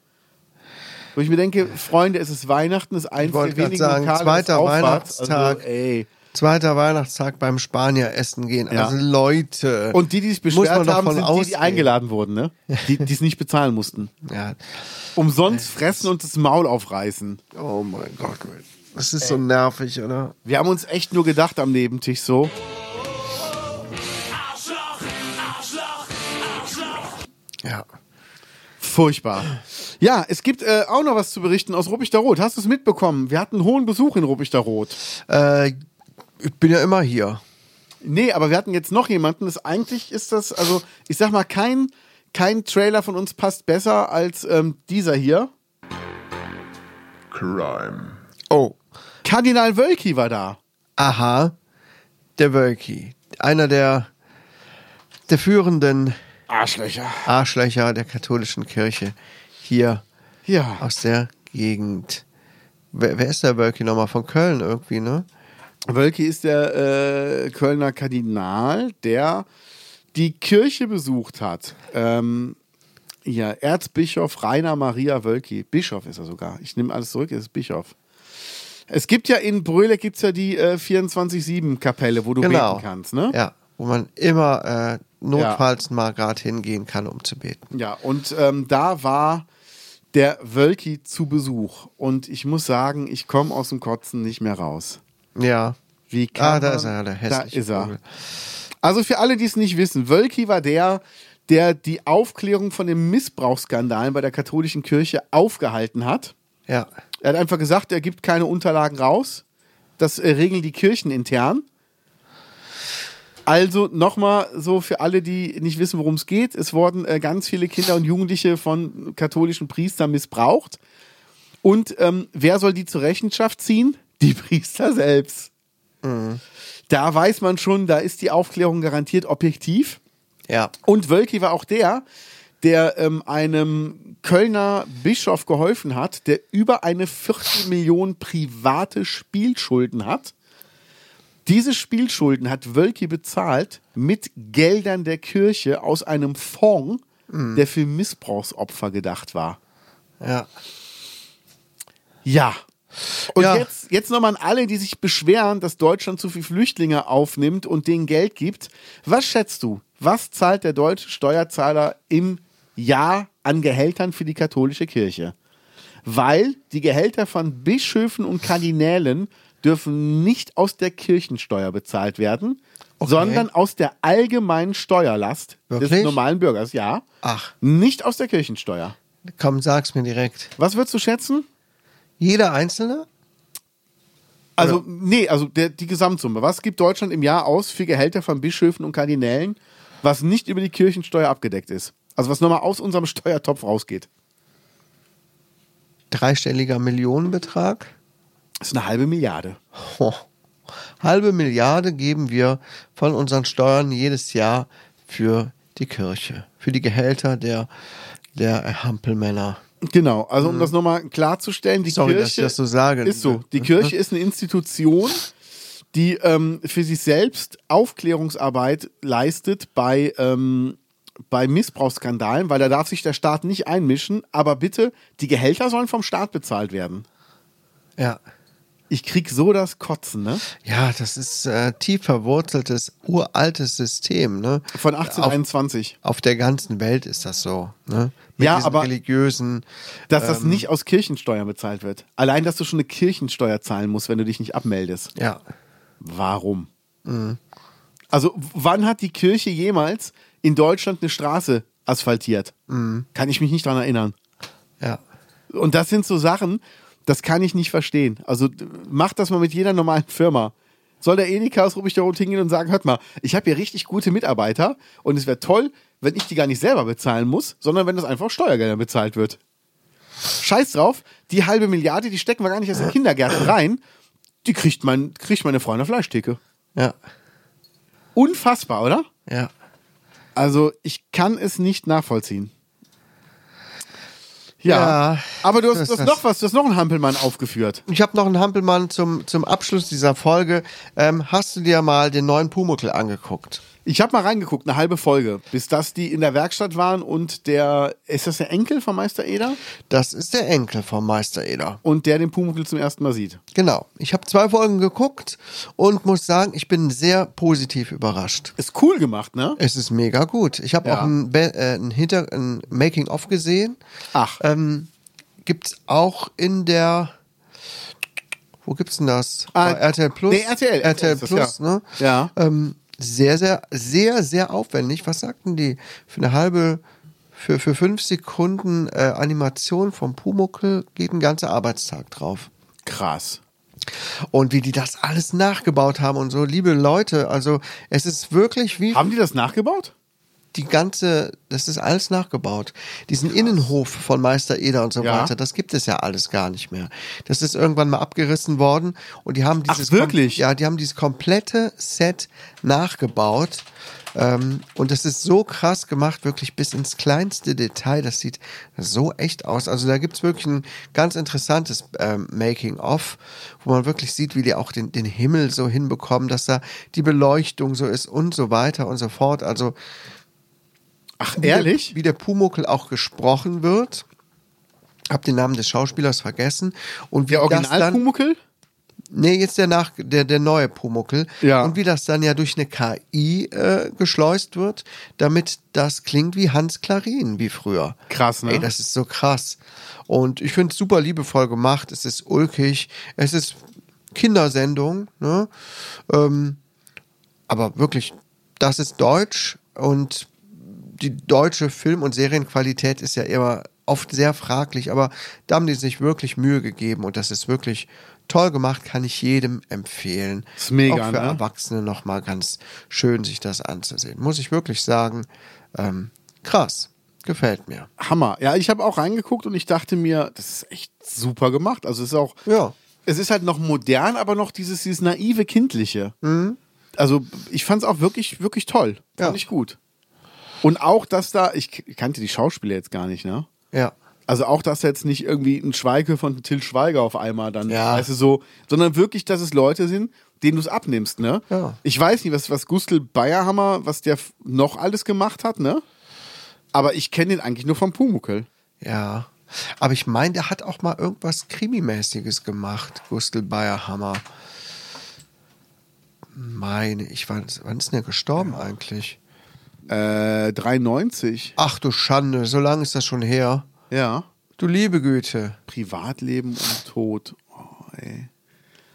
Speaker 4: Wo ich mir denke, Freunde, es ist Weihnachten, es ist eins der
Speaker 3: wollte gerade
Speaker 4: wenigen
Speaker 3: sagen,
Speaker 4: Lokale,
Speaker 3: zweiter
Speaker 4: das aufhat.
Speaker 3: Weihnachtstag.
Speaker 4: Also, ey.
Speaker 3: Zweiter Weihnachtstag beim Spanier essen gehen.
Speaker 4: Ja.
Speaker 3: Also Leute.
Speaker 4: Und die, die sich beschwert
Speaker 3: Muss man
Speaker 4: haben,
Speaker 3: davon
Speaker 4: sind die, die
Speaker 3: ausgehen.
Speaker 4: eingeladen wurden, ne? Die die es nicht bezahlen mussten.
Speaker 3: Ja.
Speaker 4: Umsonst fressen und Äh, das Maul aufreißen.
Speaker 3: Oh mein Gott. Das ist so nervig, oder?
Speaker 4: Wir haben uns echt nur gedacht am Nebentisch so.
Speaker 3: Ja.
Speaker 4: Furchtbar. Ja, es gibt äh, auch noch was zu berichten aus Ruppichter Rot. Hast du es mitbekommen? Wir hatten hohen Besuch in Ruppichter Rot.
Speaker 3: Äh, ich bin ja immer hier.
Speaker 4: Nee, aber wir hatten jetzt noch jemanden. Das eigentlich ist das, also ich sag mal, kein, kein Trailer von uns passt besser als ähm, dieser hier.
Speaker 5: Crime.
Speaker 3: Oh.
Speaker 4: Kardinal Wölki war da.
Speaker 3: Aha. Der Wölki. Einer der, der führenden
Speaker 4: Arschlöcher.
Speaker 3: Arschlöcher der katholischen Kirche hier
Speaker 4: Ja.
Speaker 3: aus der Gegend. Wer, wer ist der Wölki nochmal? Von Köln irgendwie, ne?
Speaker 4: Wölki ist der äh, Kölner Kardinal, der die Kirche besucht hat. Ähm, ja, Erzbischof Rainer Maria Wölki. Bischof ist er sogar. Ich nehme alles zurück, er ist Bischof. Es gibt ja in Brühleck gibt's ja die äh, 24-7-Kapelle, wo du
Speaker 3: Genau.
Speaker 4: beten kannst, ne?
Speaker 3: Ja. Wo man immer äh, notfalls mal gerade hingehen kann, um zu beten.
Speaker 4: Ja, und ähm, da war der Wölki zu Besuch. Und ich muss sagen, ich komme aus dem Kotzen nicht mehr raus.
Speaker 3: Ja.
Speaker 4: Wie
Speaker 3: Ah, da
Speaker 4: man-
Speaker 3: ist er, der
Speaker 4: Da
Speaker 3: hässliche
Speaker 4: ist er.
Speaker 3: Vogel.
Speaker 4: Also für alle, die es nicht wissen, Wölki war der, der die Aufklärung von den Missbrauchsskandalen bei der katholischen Kirche aufgehalten hat.
Speaker 3: Ja.
Speaker 4: Er hat einfach gesagt, er gibt keine Unterlagen raus. Das äh, regeln die Kirchen intern. Also nochmal so für alle, die nicht wissen, worum es geht. Es wurden äh, ganz viele Kinder und Jugendliche von katholischen Priestern missbraucht. Und ähm, wer soll die zur Rechenschaft ziehen? Die Priester selbst. Da weiß man schon, da ist die Aufklärung garantiert objektiv.
Speaker 3: Ja.
Speaker 4: Und Wölki war auch der, der ähm, einem Kölner Bischof geholfen hat, der über eine Viertelmillion private Spielschulden hat. Diese Spielschulden hat Wölki bezahlt mit Geldern der Kirche aus einem Fonds, der für Missbrauchsopfer gedacht war.
Speaker 3: Ja.
Speaker 4: Ja. Und
Speaker 3: Ja.
Speaker 4: jetzt, jetzt nochmal an alle, die sich beschweren, dass Deutschland zu viel Flüchtlinge aufnimmt und denen Geld gibt. Was schätzt du? Was zahlt der deutsche Steuerzahler im Jahr an Gehältern für die katholische Kirche? Weil die Gehälter von Bischöfen und Kardinälen dürfen nicht aus der Kirchensteuer bezahlt werden, sondern aus der allgemeinen Steuerlast des
Speaker 3: Wirklich?
Speaker 4: normalen Bürgers. Ja.
Speaker 3: Ach.
Speaker 4: Nicht aus der Kirchensteuer.
Speaker 3: Komm, sag's mir direkt.
Speaker 4: Was würdest du schätzen?
Speaker 3: Jeder Einzelne?
Speaker 4: Also, nee, also der, die Gesamtsumme. Was gibt Deutschland im Jahr aus für Gehälter von Bischöfen und Kardinälen, was nicht über die Kirchensteuer abgedeckt ist? Also, was nochmal aus unserem Steuertopf rausgeht.
Speaker 3: Dreistelliger Millionenbetrag?
Speaker 4: Das ist eine halbe Milliarde.
Speaker 3: Ho. Halbe Milliarde geben wir von unseren Steuern jedes Jahr für die Kirche, für die Gehälter der, der Hampelmänner.
Speaker 4: Genau, also um das nochmal klarzustellen, die
Speaker 3: Mhm. Sorry,
Speaker 4: Kirche
Speaker 3: dass ich das so sage.
Speaker 4: ist so. Die Kirche ist eine Institution, die ähm, für sich selbst Aufklärungsarbeit leistet bei, ähm, bei Missbrauchsskandalen, weil da darf sich der Staat nicht einmischen, aber bitte, die Gehälter sollen vom Staat bezahlt werden.
Speaker 3: Ja.
Speaker 4: Ich krieg so das Kotzen, ne?
Speaker 3: Ja, das ist äh, tief verwurzeltes, uraltes System. Ne?
Speaker 4: Von 1821.
Speaker 3: Auf der ganzen Welt ist das so. Ne? Mit
Speaker 4: Ja,
Speaker 3: diesen
Speaker 4: aber-
Speaker 3: religiösen.
Speaker 4: Dass das nicht aus Kirchensteuer bezahlt wird. Allein, dass du schon eine Kirchensteuer zahlen musst, wenn du dich nicht abmeldest.
Speaker 3: Ja.
Speaker 4: Warum? Also, w- wann hat die Kirche jemals in Deutschland eine Straße asphaltiert? Kann ich mich nicht dran erinnern.
Speaker 3: Ja.
Speaker 4: Und das sind so Sachen, das kann ich nicht verstehen. Also d- macht das mal mit jeder normalen Firma. Soll der Edeka aus Rubik Rot hingehen und sagen, hört mal, ich habe hier richtig gute Mitarbeiter und es wäre toll, wenn ich die gar nicht selber bezahlen muss, sondern wenn das einfach aus Steuergeldern bezahlt wird. Scheiß drauf, die halbe Milliarde, die stecken wir gar nicht erst in Kindergärten rein, die kriegt, mein, kriegt meine Freundin Fleischtheke.
Speaker 3: Ja.
Speaker 4: Unfassbar, oder?
Speaker 3: Ja.
Speaker 4: Also ich kann es nicht nachvollziehen. Ja,
Speaker 3: Ja,
Speaker 4: aber du hast,
Speaker 3: so ist
Speaker 4: du hast
Speaker 3: das.
Speaker 4: noch was, du hast noch einen Hampelmann aufgeführt.
Speaker 3: Ich habe noch einen Hampelmann zum, zum Abschluss dieser Folge. Ähm, hast du dir mal den neuen Pumuckl angeguckt?
Speaker 4: Ich habe mal reingeguckt, eine halbe Folge, bis das die in der Werkstatt waren und der, ist das der Enkel von Meister Eder?
Speaker 3: Das ist der Enkel vom Meister Eder.
Speaker 4: Und der den Pumuckl zum ersten Mal sieht.
Speaker 3: Genau. Ich habe zwei Folgen geguckt und muss sagen, ich bin sehr positiv überrascht.
Speaker 4: Ist cool gemacht, ne?
Speaker 3: Es ist mega gut. Ich habe
Speaker 4: Ja.
Speaker 3: auch ein, Be äh, ein, Hinter- ein Making-of gesehen.
Speaker 4: Ach,
Speaker 3: Ähm, gibt's auch in der. Wo gibt's denn das?
Speaker 4: Ah,
Speaker 3: Bei RTL Plus?
Speaker 4: nee, RTL,
Speaker 3: RTL
Speaker 4: ist das,
Speaker 3: Plus,
Speaker 4: ja.
Speaker 3: ne?
Speaker 4: Ja.
Speaker 3: Ähm, sehr, sehr, sehr, sehr aufwendig. Was sagten die? Für eine halbe. Für, für fünf Sekunden äh, Animation vom Pumuckl geht ein ganzer Arbeitstag drauf.
Speaker 4: krass.
Speaker 3: Und wie die das alles nachgebaut haben und so, liebe Leute, also es ist wirklich wie
Speaker 4: Haben die das nachgebaut?
Speaker 3: die ganze, das ist alles nachgebaut. Diesen Innenhof von Meister Eder und so
Speaker 4: Ja.
Speaker 3: weiter, das gibt es ja alles gar nicht mehr. Das ist irgendwann mal abgerissen worden und die haben
Speaker 4: Ach,
Speaker 3: dieses
Speaker 4: wirklich?
Speaker 3: Kom ja, die haben dieses komplette Set nachgebaut. Ähm, und das ist so krass gemacht, wirklich bis ins kleinste Detail. Das sieht so echt aus. Also da gibt es wirklich ein ganz interessantes ähm, Making-of, wo man wirklich sieht, wie die auch den, den Himmel so hinbekommen, dass da die Beleuchtung so ist und so weiter und so fort. Also
Speaker 4: Ach, ehrlich?
Speaker 3: wie der Pumuckl auch gesprochen wird. Hab den Namen des Schauspielers vergessen. Und wie
Speaker 4: Der
Speaker 3: das
Speaker 4: original
Speaker 3: dann,
Speaker 4: Pumuckl?
Speaker 3: Nee, jetzt der, nach, der, der neue Pumuckl.
Speaker 4: Ja.
Speaker 3: Und wie das dann ja durch eine KI äh, geschleust wird, damit das klingt wie Hans Klarin, wie früher.
Speaker 4: Krass, ne?
Speaker 3: Ey, das ist so krass. Und ich finde es super liebevoll gemacht. Es ist ulkig. Es ist Kindersendung. Ne? Ähm, aber wirklich, das ist deutsch und die deutsche Film- und Serienqualität ist ja immer oft sehr fraglich, aber da haben die sich wirklich Mühe gegeben und das ist wirklich toll gemacht, kann ich jedem empfehlen.
Speaker 4: Ist mega,
Speaker 3: Auch für
Speaker 4: ne?
Speaker 3: Erwachsene nochmal ganz schön, sich das anzusehen. Muss ich wirklich sagen, ähm, krass, gefällt mir.
Speaker 4: Hammer. Ja, ich habe auch reingeguckt und ich dachte mir, das ist echt super gemacht. Also es ist auch,
Speaker 3: Ja.
Speaker 4: es ist halt noch modern, aber noch dieses, dieses naive Kindliche. Also ich fand es auch wirklich, wirklich toll.
Speaker 3: Mhm. Ja.
Speaker 4: Fand ich gut. Und auch, dass da, ich k- kannte die Schauspieler jetzt gar nicht, ne?
Speaker 3: Ja,
Speaker 4: Also auch, dass jetzt nicht irgendwie ein Schweige von Till Schweiger auf einmal dann,
Speaker 3: Ja.
Speaker 4: weißt du, so, sondern wirklich, dass es Leute sind, denen du es abnimmst, ne?
Speaker 3: Ja.
Speaker 4: Ich weiß nicht, was, was Gustl Bayerhammer, was der f- noch alles gemacht hat, ne? Aber ich kenne den eigentlich nur vom Pumuckl.
Speaker 3: ja. Aber ich meine, der hat auch mal irgendwas Krimimäßiges gemacht, Gustl Bayerhammer. Meine, ich wann, wann ist denn der gestorben eigentlich?
Speaker 4: Äh, 93.
Speaker 3: Ach du Schande, so lange ist das schon her.
Speaker 4: Ja.
Speaker 3: Du liebe Güte.
Speaker 4: Privatleben und Tod. Oh, ey.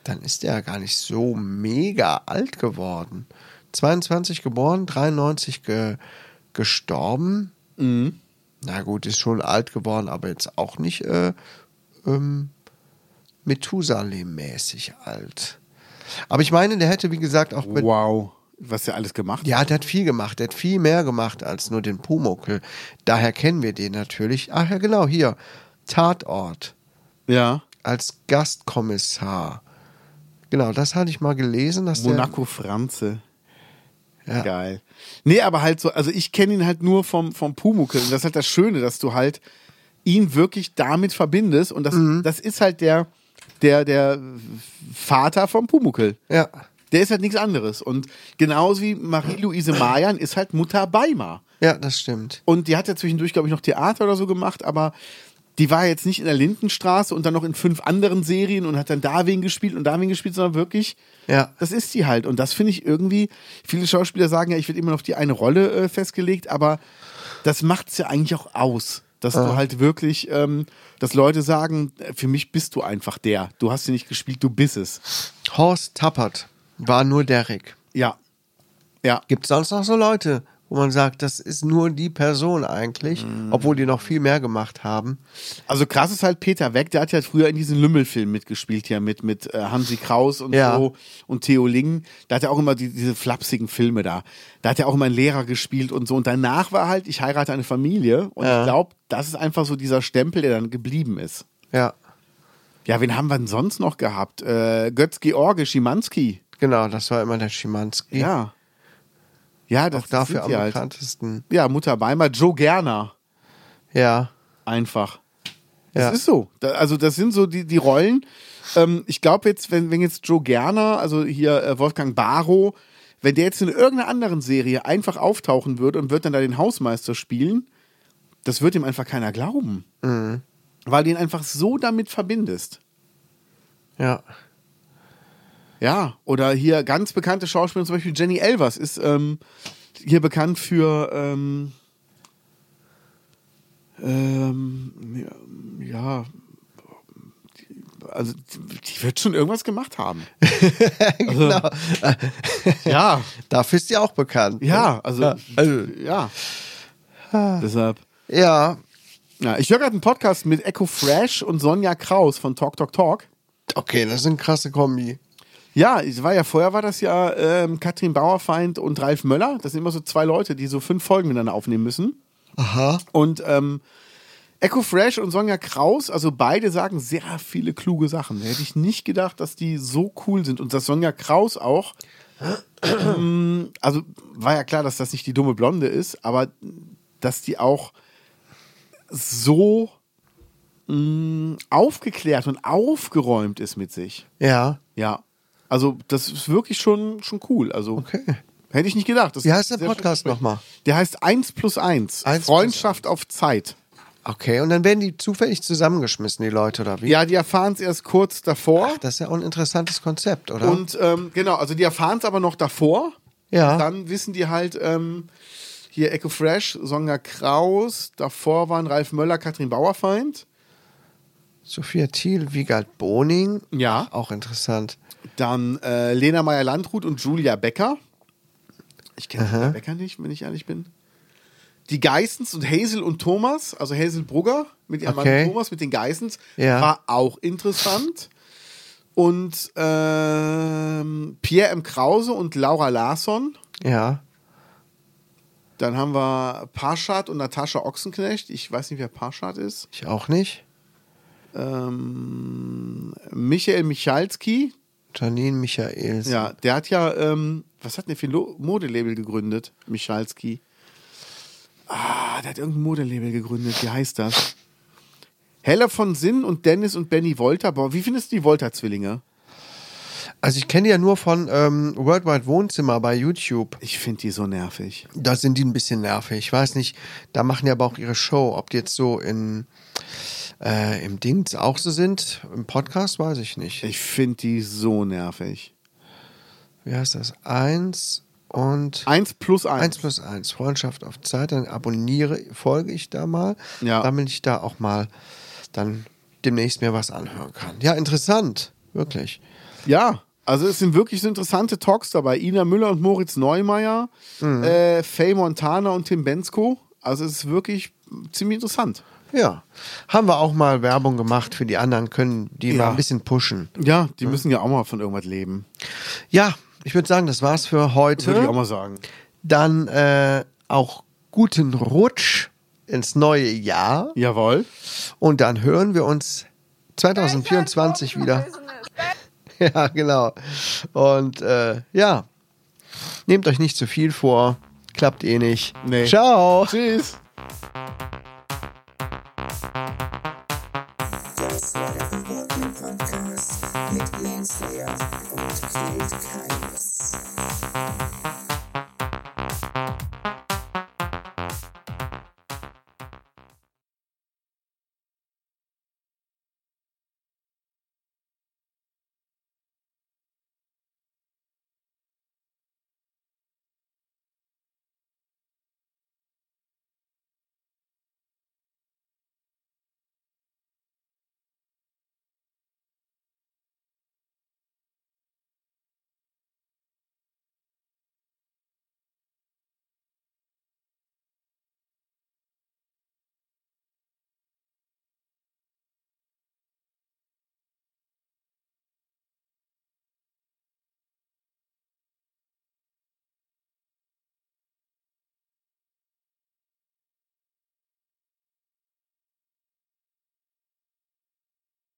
Speaker 3: Dann ist er ja gar nicht so mega alt geworden. 22 geboren, 93 ge gestorben. Na gut, ist schon alt geworden, aber jetzt auch nicht äh, ähm, Methusalem-mäßig alt. Aber ich meine, der hätte, wie gesagt, auch mit
Speaker 4: Wow. Was er alles gemacht hat.
Speaker 3: Ja, der hat viel gemacht. Der hat viel mehr gemacht als nur den Pumuckl. Daher kennen wir den natürlich. Ach ja, genau, hier. Tatort
Speaker 4: Ja.
Speaker 3: als Gastkommissar. Genau, das hatte ich mal gelesen. Dass
Speaker 4: Monaco Franze.
Speaker 3: Ja.
Speaker 4: Geil. Nee, aber halt so, also ich kenne ihn halt nur vom, vom Pumuckl. Und das ist halt das Schöne, dass du halt ihn wirklich damit verbindest. Und das,
Speaker 3: Mhm.
Speaker 4: das ist halt der, der, der Vater vom Pumuckl.
Speaker 3: Der, ja,
Speaker 4: Der ist halt nichts anderes. Und genauso wie Marie-Louise Mayan ist halt Mutter Beimer.
Speaker 3: ja, das stimmt.
Speaker 4: Und die hat ja zwischendurch, glaube ich, noch Theater oder so gemacht, aber die war jetzt nicht in der Lindenstraße und dann noch in fünf anderen Serien und hat dann da wen gespielt und da wen gespielt, sondern wirklich,
Speaker 3: Ja.
Speaker 4: das ist sie halt. Und das finde ich irgendwie, viele Schauspieler sagen ja, ich werde immer auf die eine Rolle äh, festgelegt, aber das macht es ja eigentlich auch aus. Dass du halt wirklich, ähm, dass Leute sagen, äh, für mich bist du einfach der. Du hast sie nicht gespielt, du bist es.
Speaker 3: Horst Tappert war nur Derek.
Speaker 4: Ja. Ja.
Speaker 3: Gibt es sonst noch so Leute, wo man sagt, das ist nur die Person eigentlich,
Speaker 4: Mhm.
Speaker 3: obwohl die noch viel mehr gemacht haben?
Speaker 4: Also krass ist halt Peter Weck, der hat ja früher in diesen Lümmelfilm mitgespielt, hier mit, mit äh, Hansi Kraus und
Speaker 3: Ja.
Speaker 4: so und Theo Ling. Da hat er auch immer die, diese flapsigen Filme da. Da hat er auch immer einen Lehrer gespielt und so. Und danach war halt, ich heirate eine Familie. Und ich glaube, das ist einfach so dieser Stempel, der dann geblieben ist.
Speaker 3: Ja,
Speaker 4: Ja, wen haben wir denn sonst noch gehabt? Äh, Götz-George Schimanski.
Speaker 3: genau, das war immer der Schimanski.
Speaker 4: Ja. Ja, das
Speaker 3: Auch dafür
Speaker 4: sind
Speaker 3: am
Speaker 4: die halt.
Speaker 3: bekanntesten.
Speaker 4: Ja, Mutter Beimer, Joe Gerner.
Speaker 3: Ja.
Speaker 4: einfach. Das
Speaker 3: Ja.
Speaker 4: ist so. Da, also, das sind so die, die Rollen. Ähm, ich glaube jetzt, wenn, wenn jetzt Joe Gerner, also hier äh, Wolfgang Barrow, wenn der jetzt in irgendeiner anderen Serie einfach auftauchen würde und wird dann da den Hausmeister spielen, das wird ihm einfach keiner glauben. Weil du ihn einfach so damit verbindest.
Speaker 3: Ja.
Speaker 4: Ja, oder hier ganz bekannte Schauspieler, zum Beispiel Jenny Elvers, ist ähm, hier bekannt für ähm, ähm, ja, die- also die die wird schon irgendwas gemacht haben.
Speaker 3: genau.
Speaker 4: Also, Ja,
Speaker 3: Dafür ist sie auch bekannt.
Speaker 4: ja, also ja,
Speaker 3: Ja, also-
Speaker 4: deshalb.
Speaker 3: Ja.
Speaker 4: Ja, ich höre gerade einen Podcast mit Echo Fresh und Sonja Kraus von Talk Talk Talk.
Speaker 3: Okay, das ist eine krasse Kombi.
Speaker 4: Ja, es war ja vorher war das ja ähm, Katrin Bauerfeind und Ralf Möller. Das sind immer so zwei Leute, die so fünf Folgen miteinander aufnehmen müssen. Aha. Und ähm, Echo Fresh und Sonja Kraus, also beide sagen sehr viele kluge Sachen. Hätte ich nicht gedacht, dass die so cool sind und dass Sonja Kraus auch. ähm, also war ja klar, dass das nicht die dumme Blonde ist, aber dass die auch so mh, aufgeklärt und aufgeräumt ist mit sich.
Speaker 3: Ja.
Speaker 4: Ja. Also, das ist wirklich schon, schon cool. Also,
Speaker 3: Okay.
Speaker 4: hätte ich nicht gedacht. Das
Speaker 3: Wie heißt der
Speaker 4: sehr
Speaker 3: Podcast
Speaker 4: schön.
Speaker 3: nochmal?
Speaker 4: Der heißt 1 plus 1.
Speaker 3: Eins plus
Speaker 4: Freundschaft auf Zeit.
Speaker 3: Okay, und dann werden die zufällig zusammengeschmissen, die Leute, oder wie?
Speaker 4: Ja, die erfahren es erst kurz davor.
Speaker 3: Das ist ja auch ein interessantes Konzept, oder?
Speaker 4: Und ähm, genau, also die erfahren es aber noch davor.
Speaker 3: Ja.
Speaker 4: Dann wissen die halt, ähm, hier Echo Fresh, Sonja Kraus, davor waren Ralf Möller, Katrin Bauerfeind.
Speaker 3: Sophia Thiel, Wiegald Boning.
Speaker 4: Ja.
Speaker 3: Auch interessant.
Speaker 4: Dann äh, Lena Meyer-Landrut und Julia Becker. Ich kenne Julia Becker nicht, wenn ich ehrlich bin. Die Geissens und Hazel und Thomas, also Hazel Brugger mit ihrem
Speaker 3: Okay.
Speaker 4: Mann Thomas, mit den Geissens,
Speaker 3: Ja.
Speaker 4: war auch interessant. Und ähm, Pierre M. Krause und Laura Larsson.
Speaker 3: Ja.
Speaker 4: Dann haben wir Parschat und Natascha Ochsenknecht. Ich weiß nicht, wer Parschat ist.
Speaker 3: Ich auch nicht.
Speaker 4: Ähm, Michael Michalski.
Speaker 3: Janine Michaels.
Speaker 4: Ja, der hat ja, ähm, was hat denn der für ein Lo- Modelabel gegründet? Michalski. Ah, der hat irgendein Modelabel gegründet. Wie heißt das? Hella von Sinn und Dennis und Benny Wolter. Boah, wie findest du die Wolter-Zwillinge?
Speaker 3: Also ich kenne die ja nur von ähm, Worldwide Wohnzimmer bei YouTube.
Speaker 4: Ich finde die so nervig.
Speaker 3: Da sind die ein bisschen nervig. Ich weiß nicht, da machen die aber auch ihre Show. Ob die jetzt so in, äh, im Dings auch so sind, im Podcast, weiß ich nicht.
Speaker 4: Ich finde die so nervig.
Speaker 3: Wie heißt das? Eins und...
Speaker 4: Eins plus
Speaker 3: Eins
Speaker 4: eins.
Speaker 3: plus eins, Freundschaft auf Zeit, dann abonniere, folge ich da mal,
Speaker 4: Ja.
Speaker 3: damit ich da auch mal dann demnächst mir was anhören kann. Ja, interessant, wirklich.
Speaker 4: Ja, also es sind wirklich so interessante Talks dabei. Ina Müller und Moritz Neumeier, äh, Faye Montana und Tim Bensko. Also es ist wirklich ziemlich interessant.
Speaker 3: Ja, haben wir auch mal Werbung gemacht für die anderen, können die
Speaker 4: Ja.
Speaker 3: mal ein bisschen pushen.
Speaker 4: Ja, mhm. die müssen ja auch mal von irgendwas leben.
Speaker 3: Ja, ich würde sagen, das war's für
Speaker 4: Würde ich auch
Speaker 3: heute.
Speaker 4: mal sagen.
Speaker 3: Dann äh, auch guten Rutsch ins neue Jahr
Speaker 4: Jawohl.
Speaker 3: und dann hören wir uns 2024
Speaker 1: 2024
Speaker 3: wieder. Ja, genau. Und äh, ja, nehmt euch nicht zu viel vor. Klappt eh nicht.
Speaker 4: Nee.
Speaker 3: Ciao.
Speaker 4: Tschüss.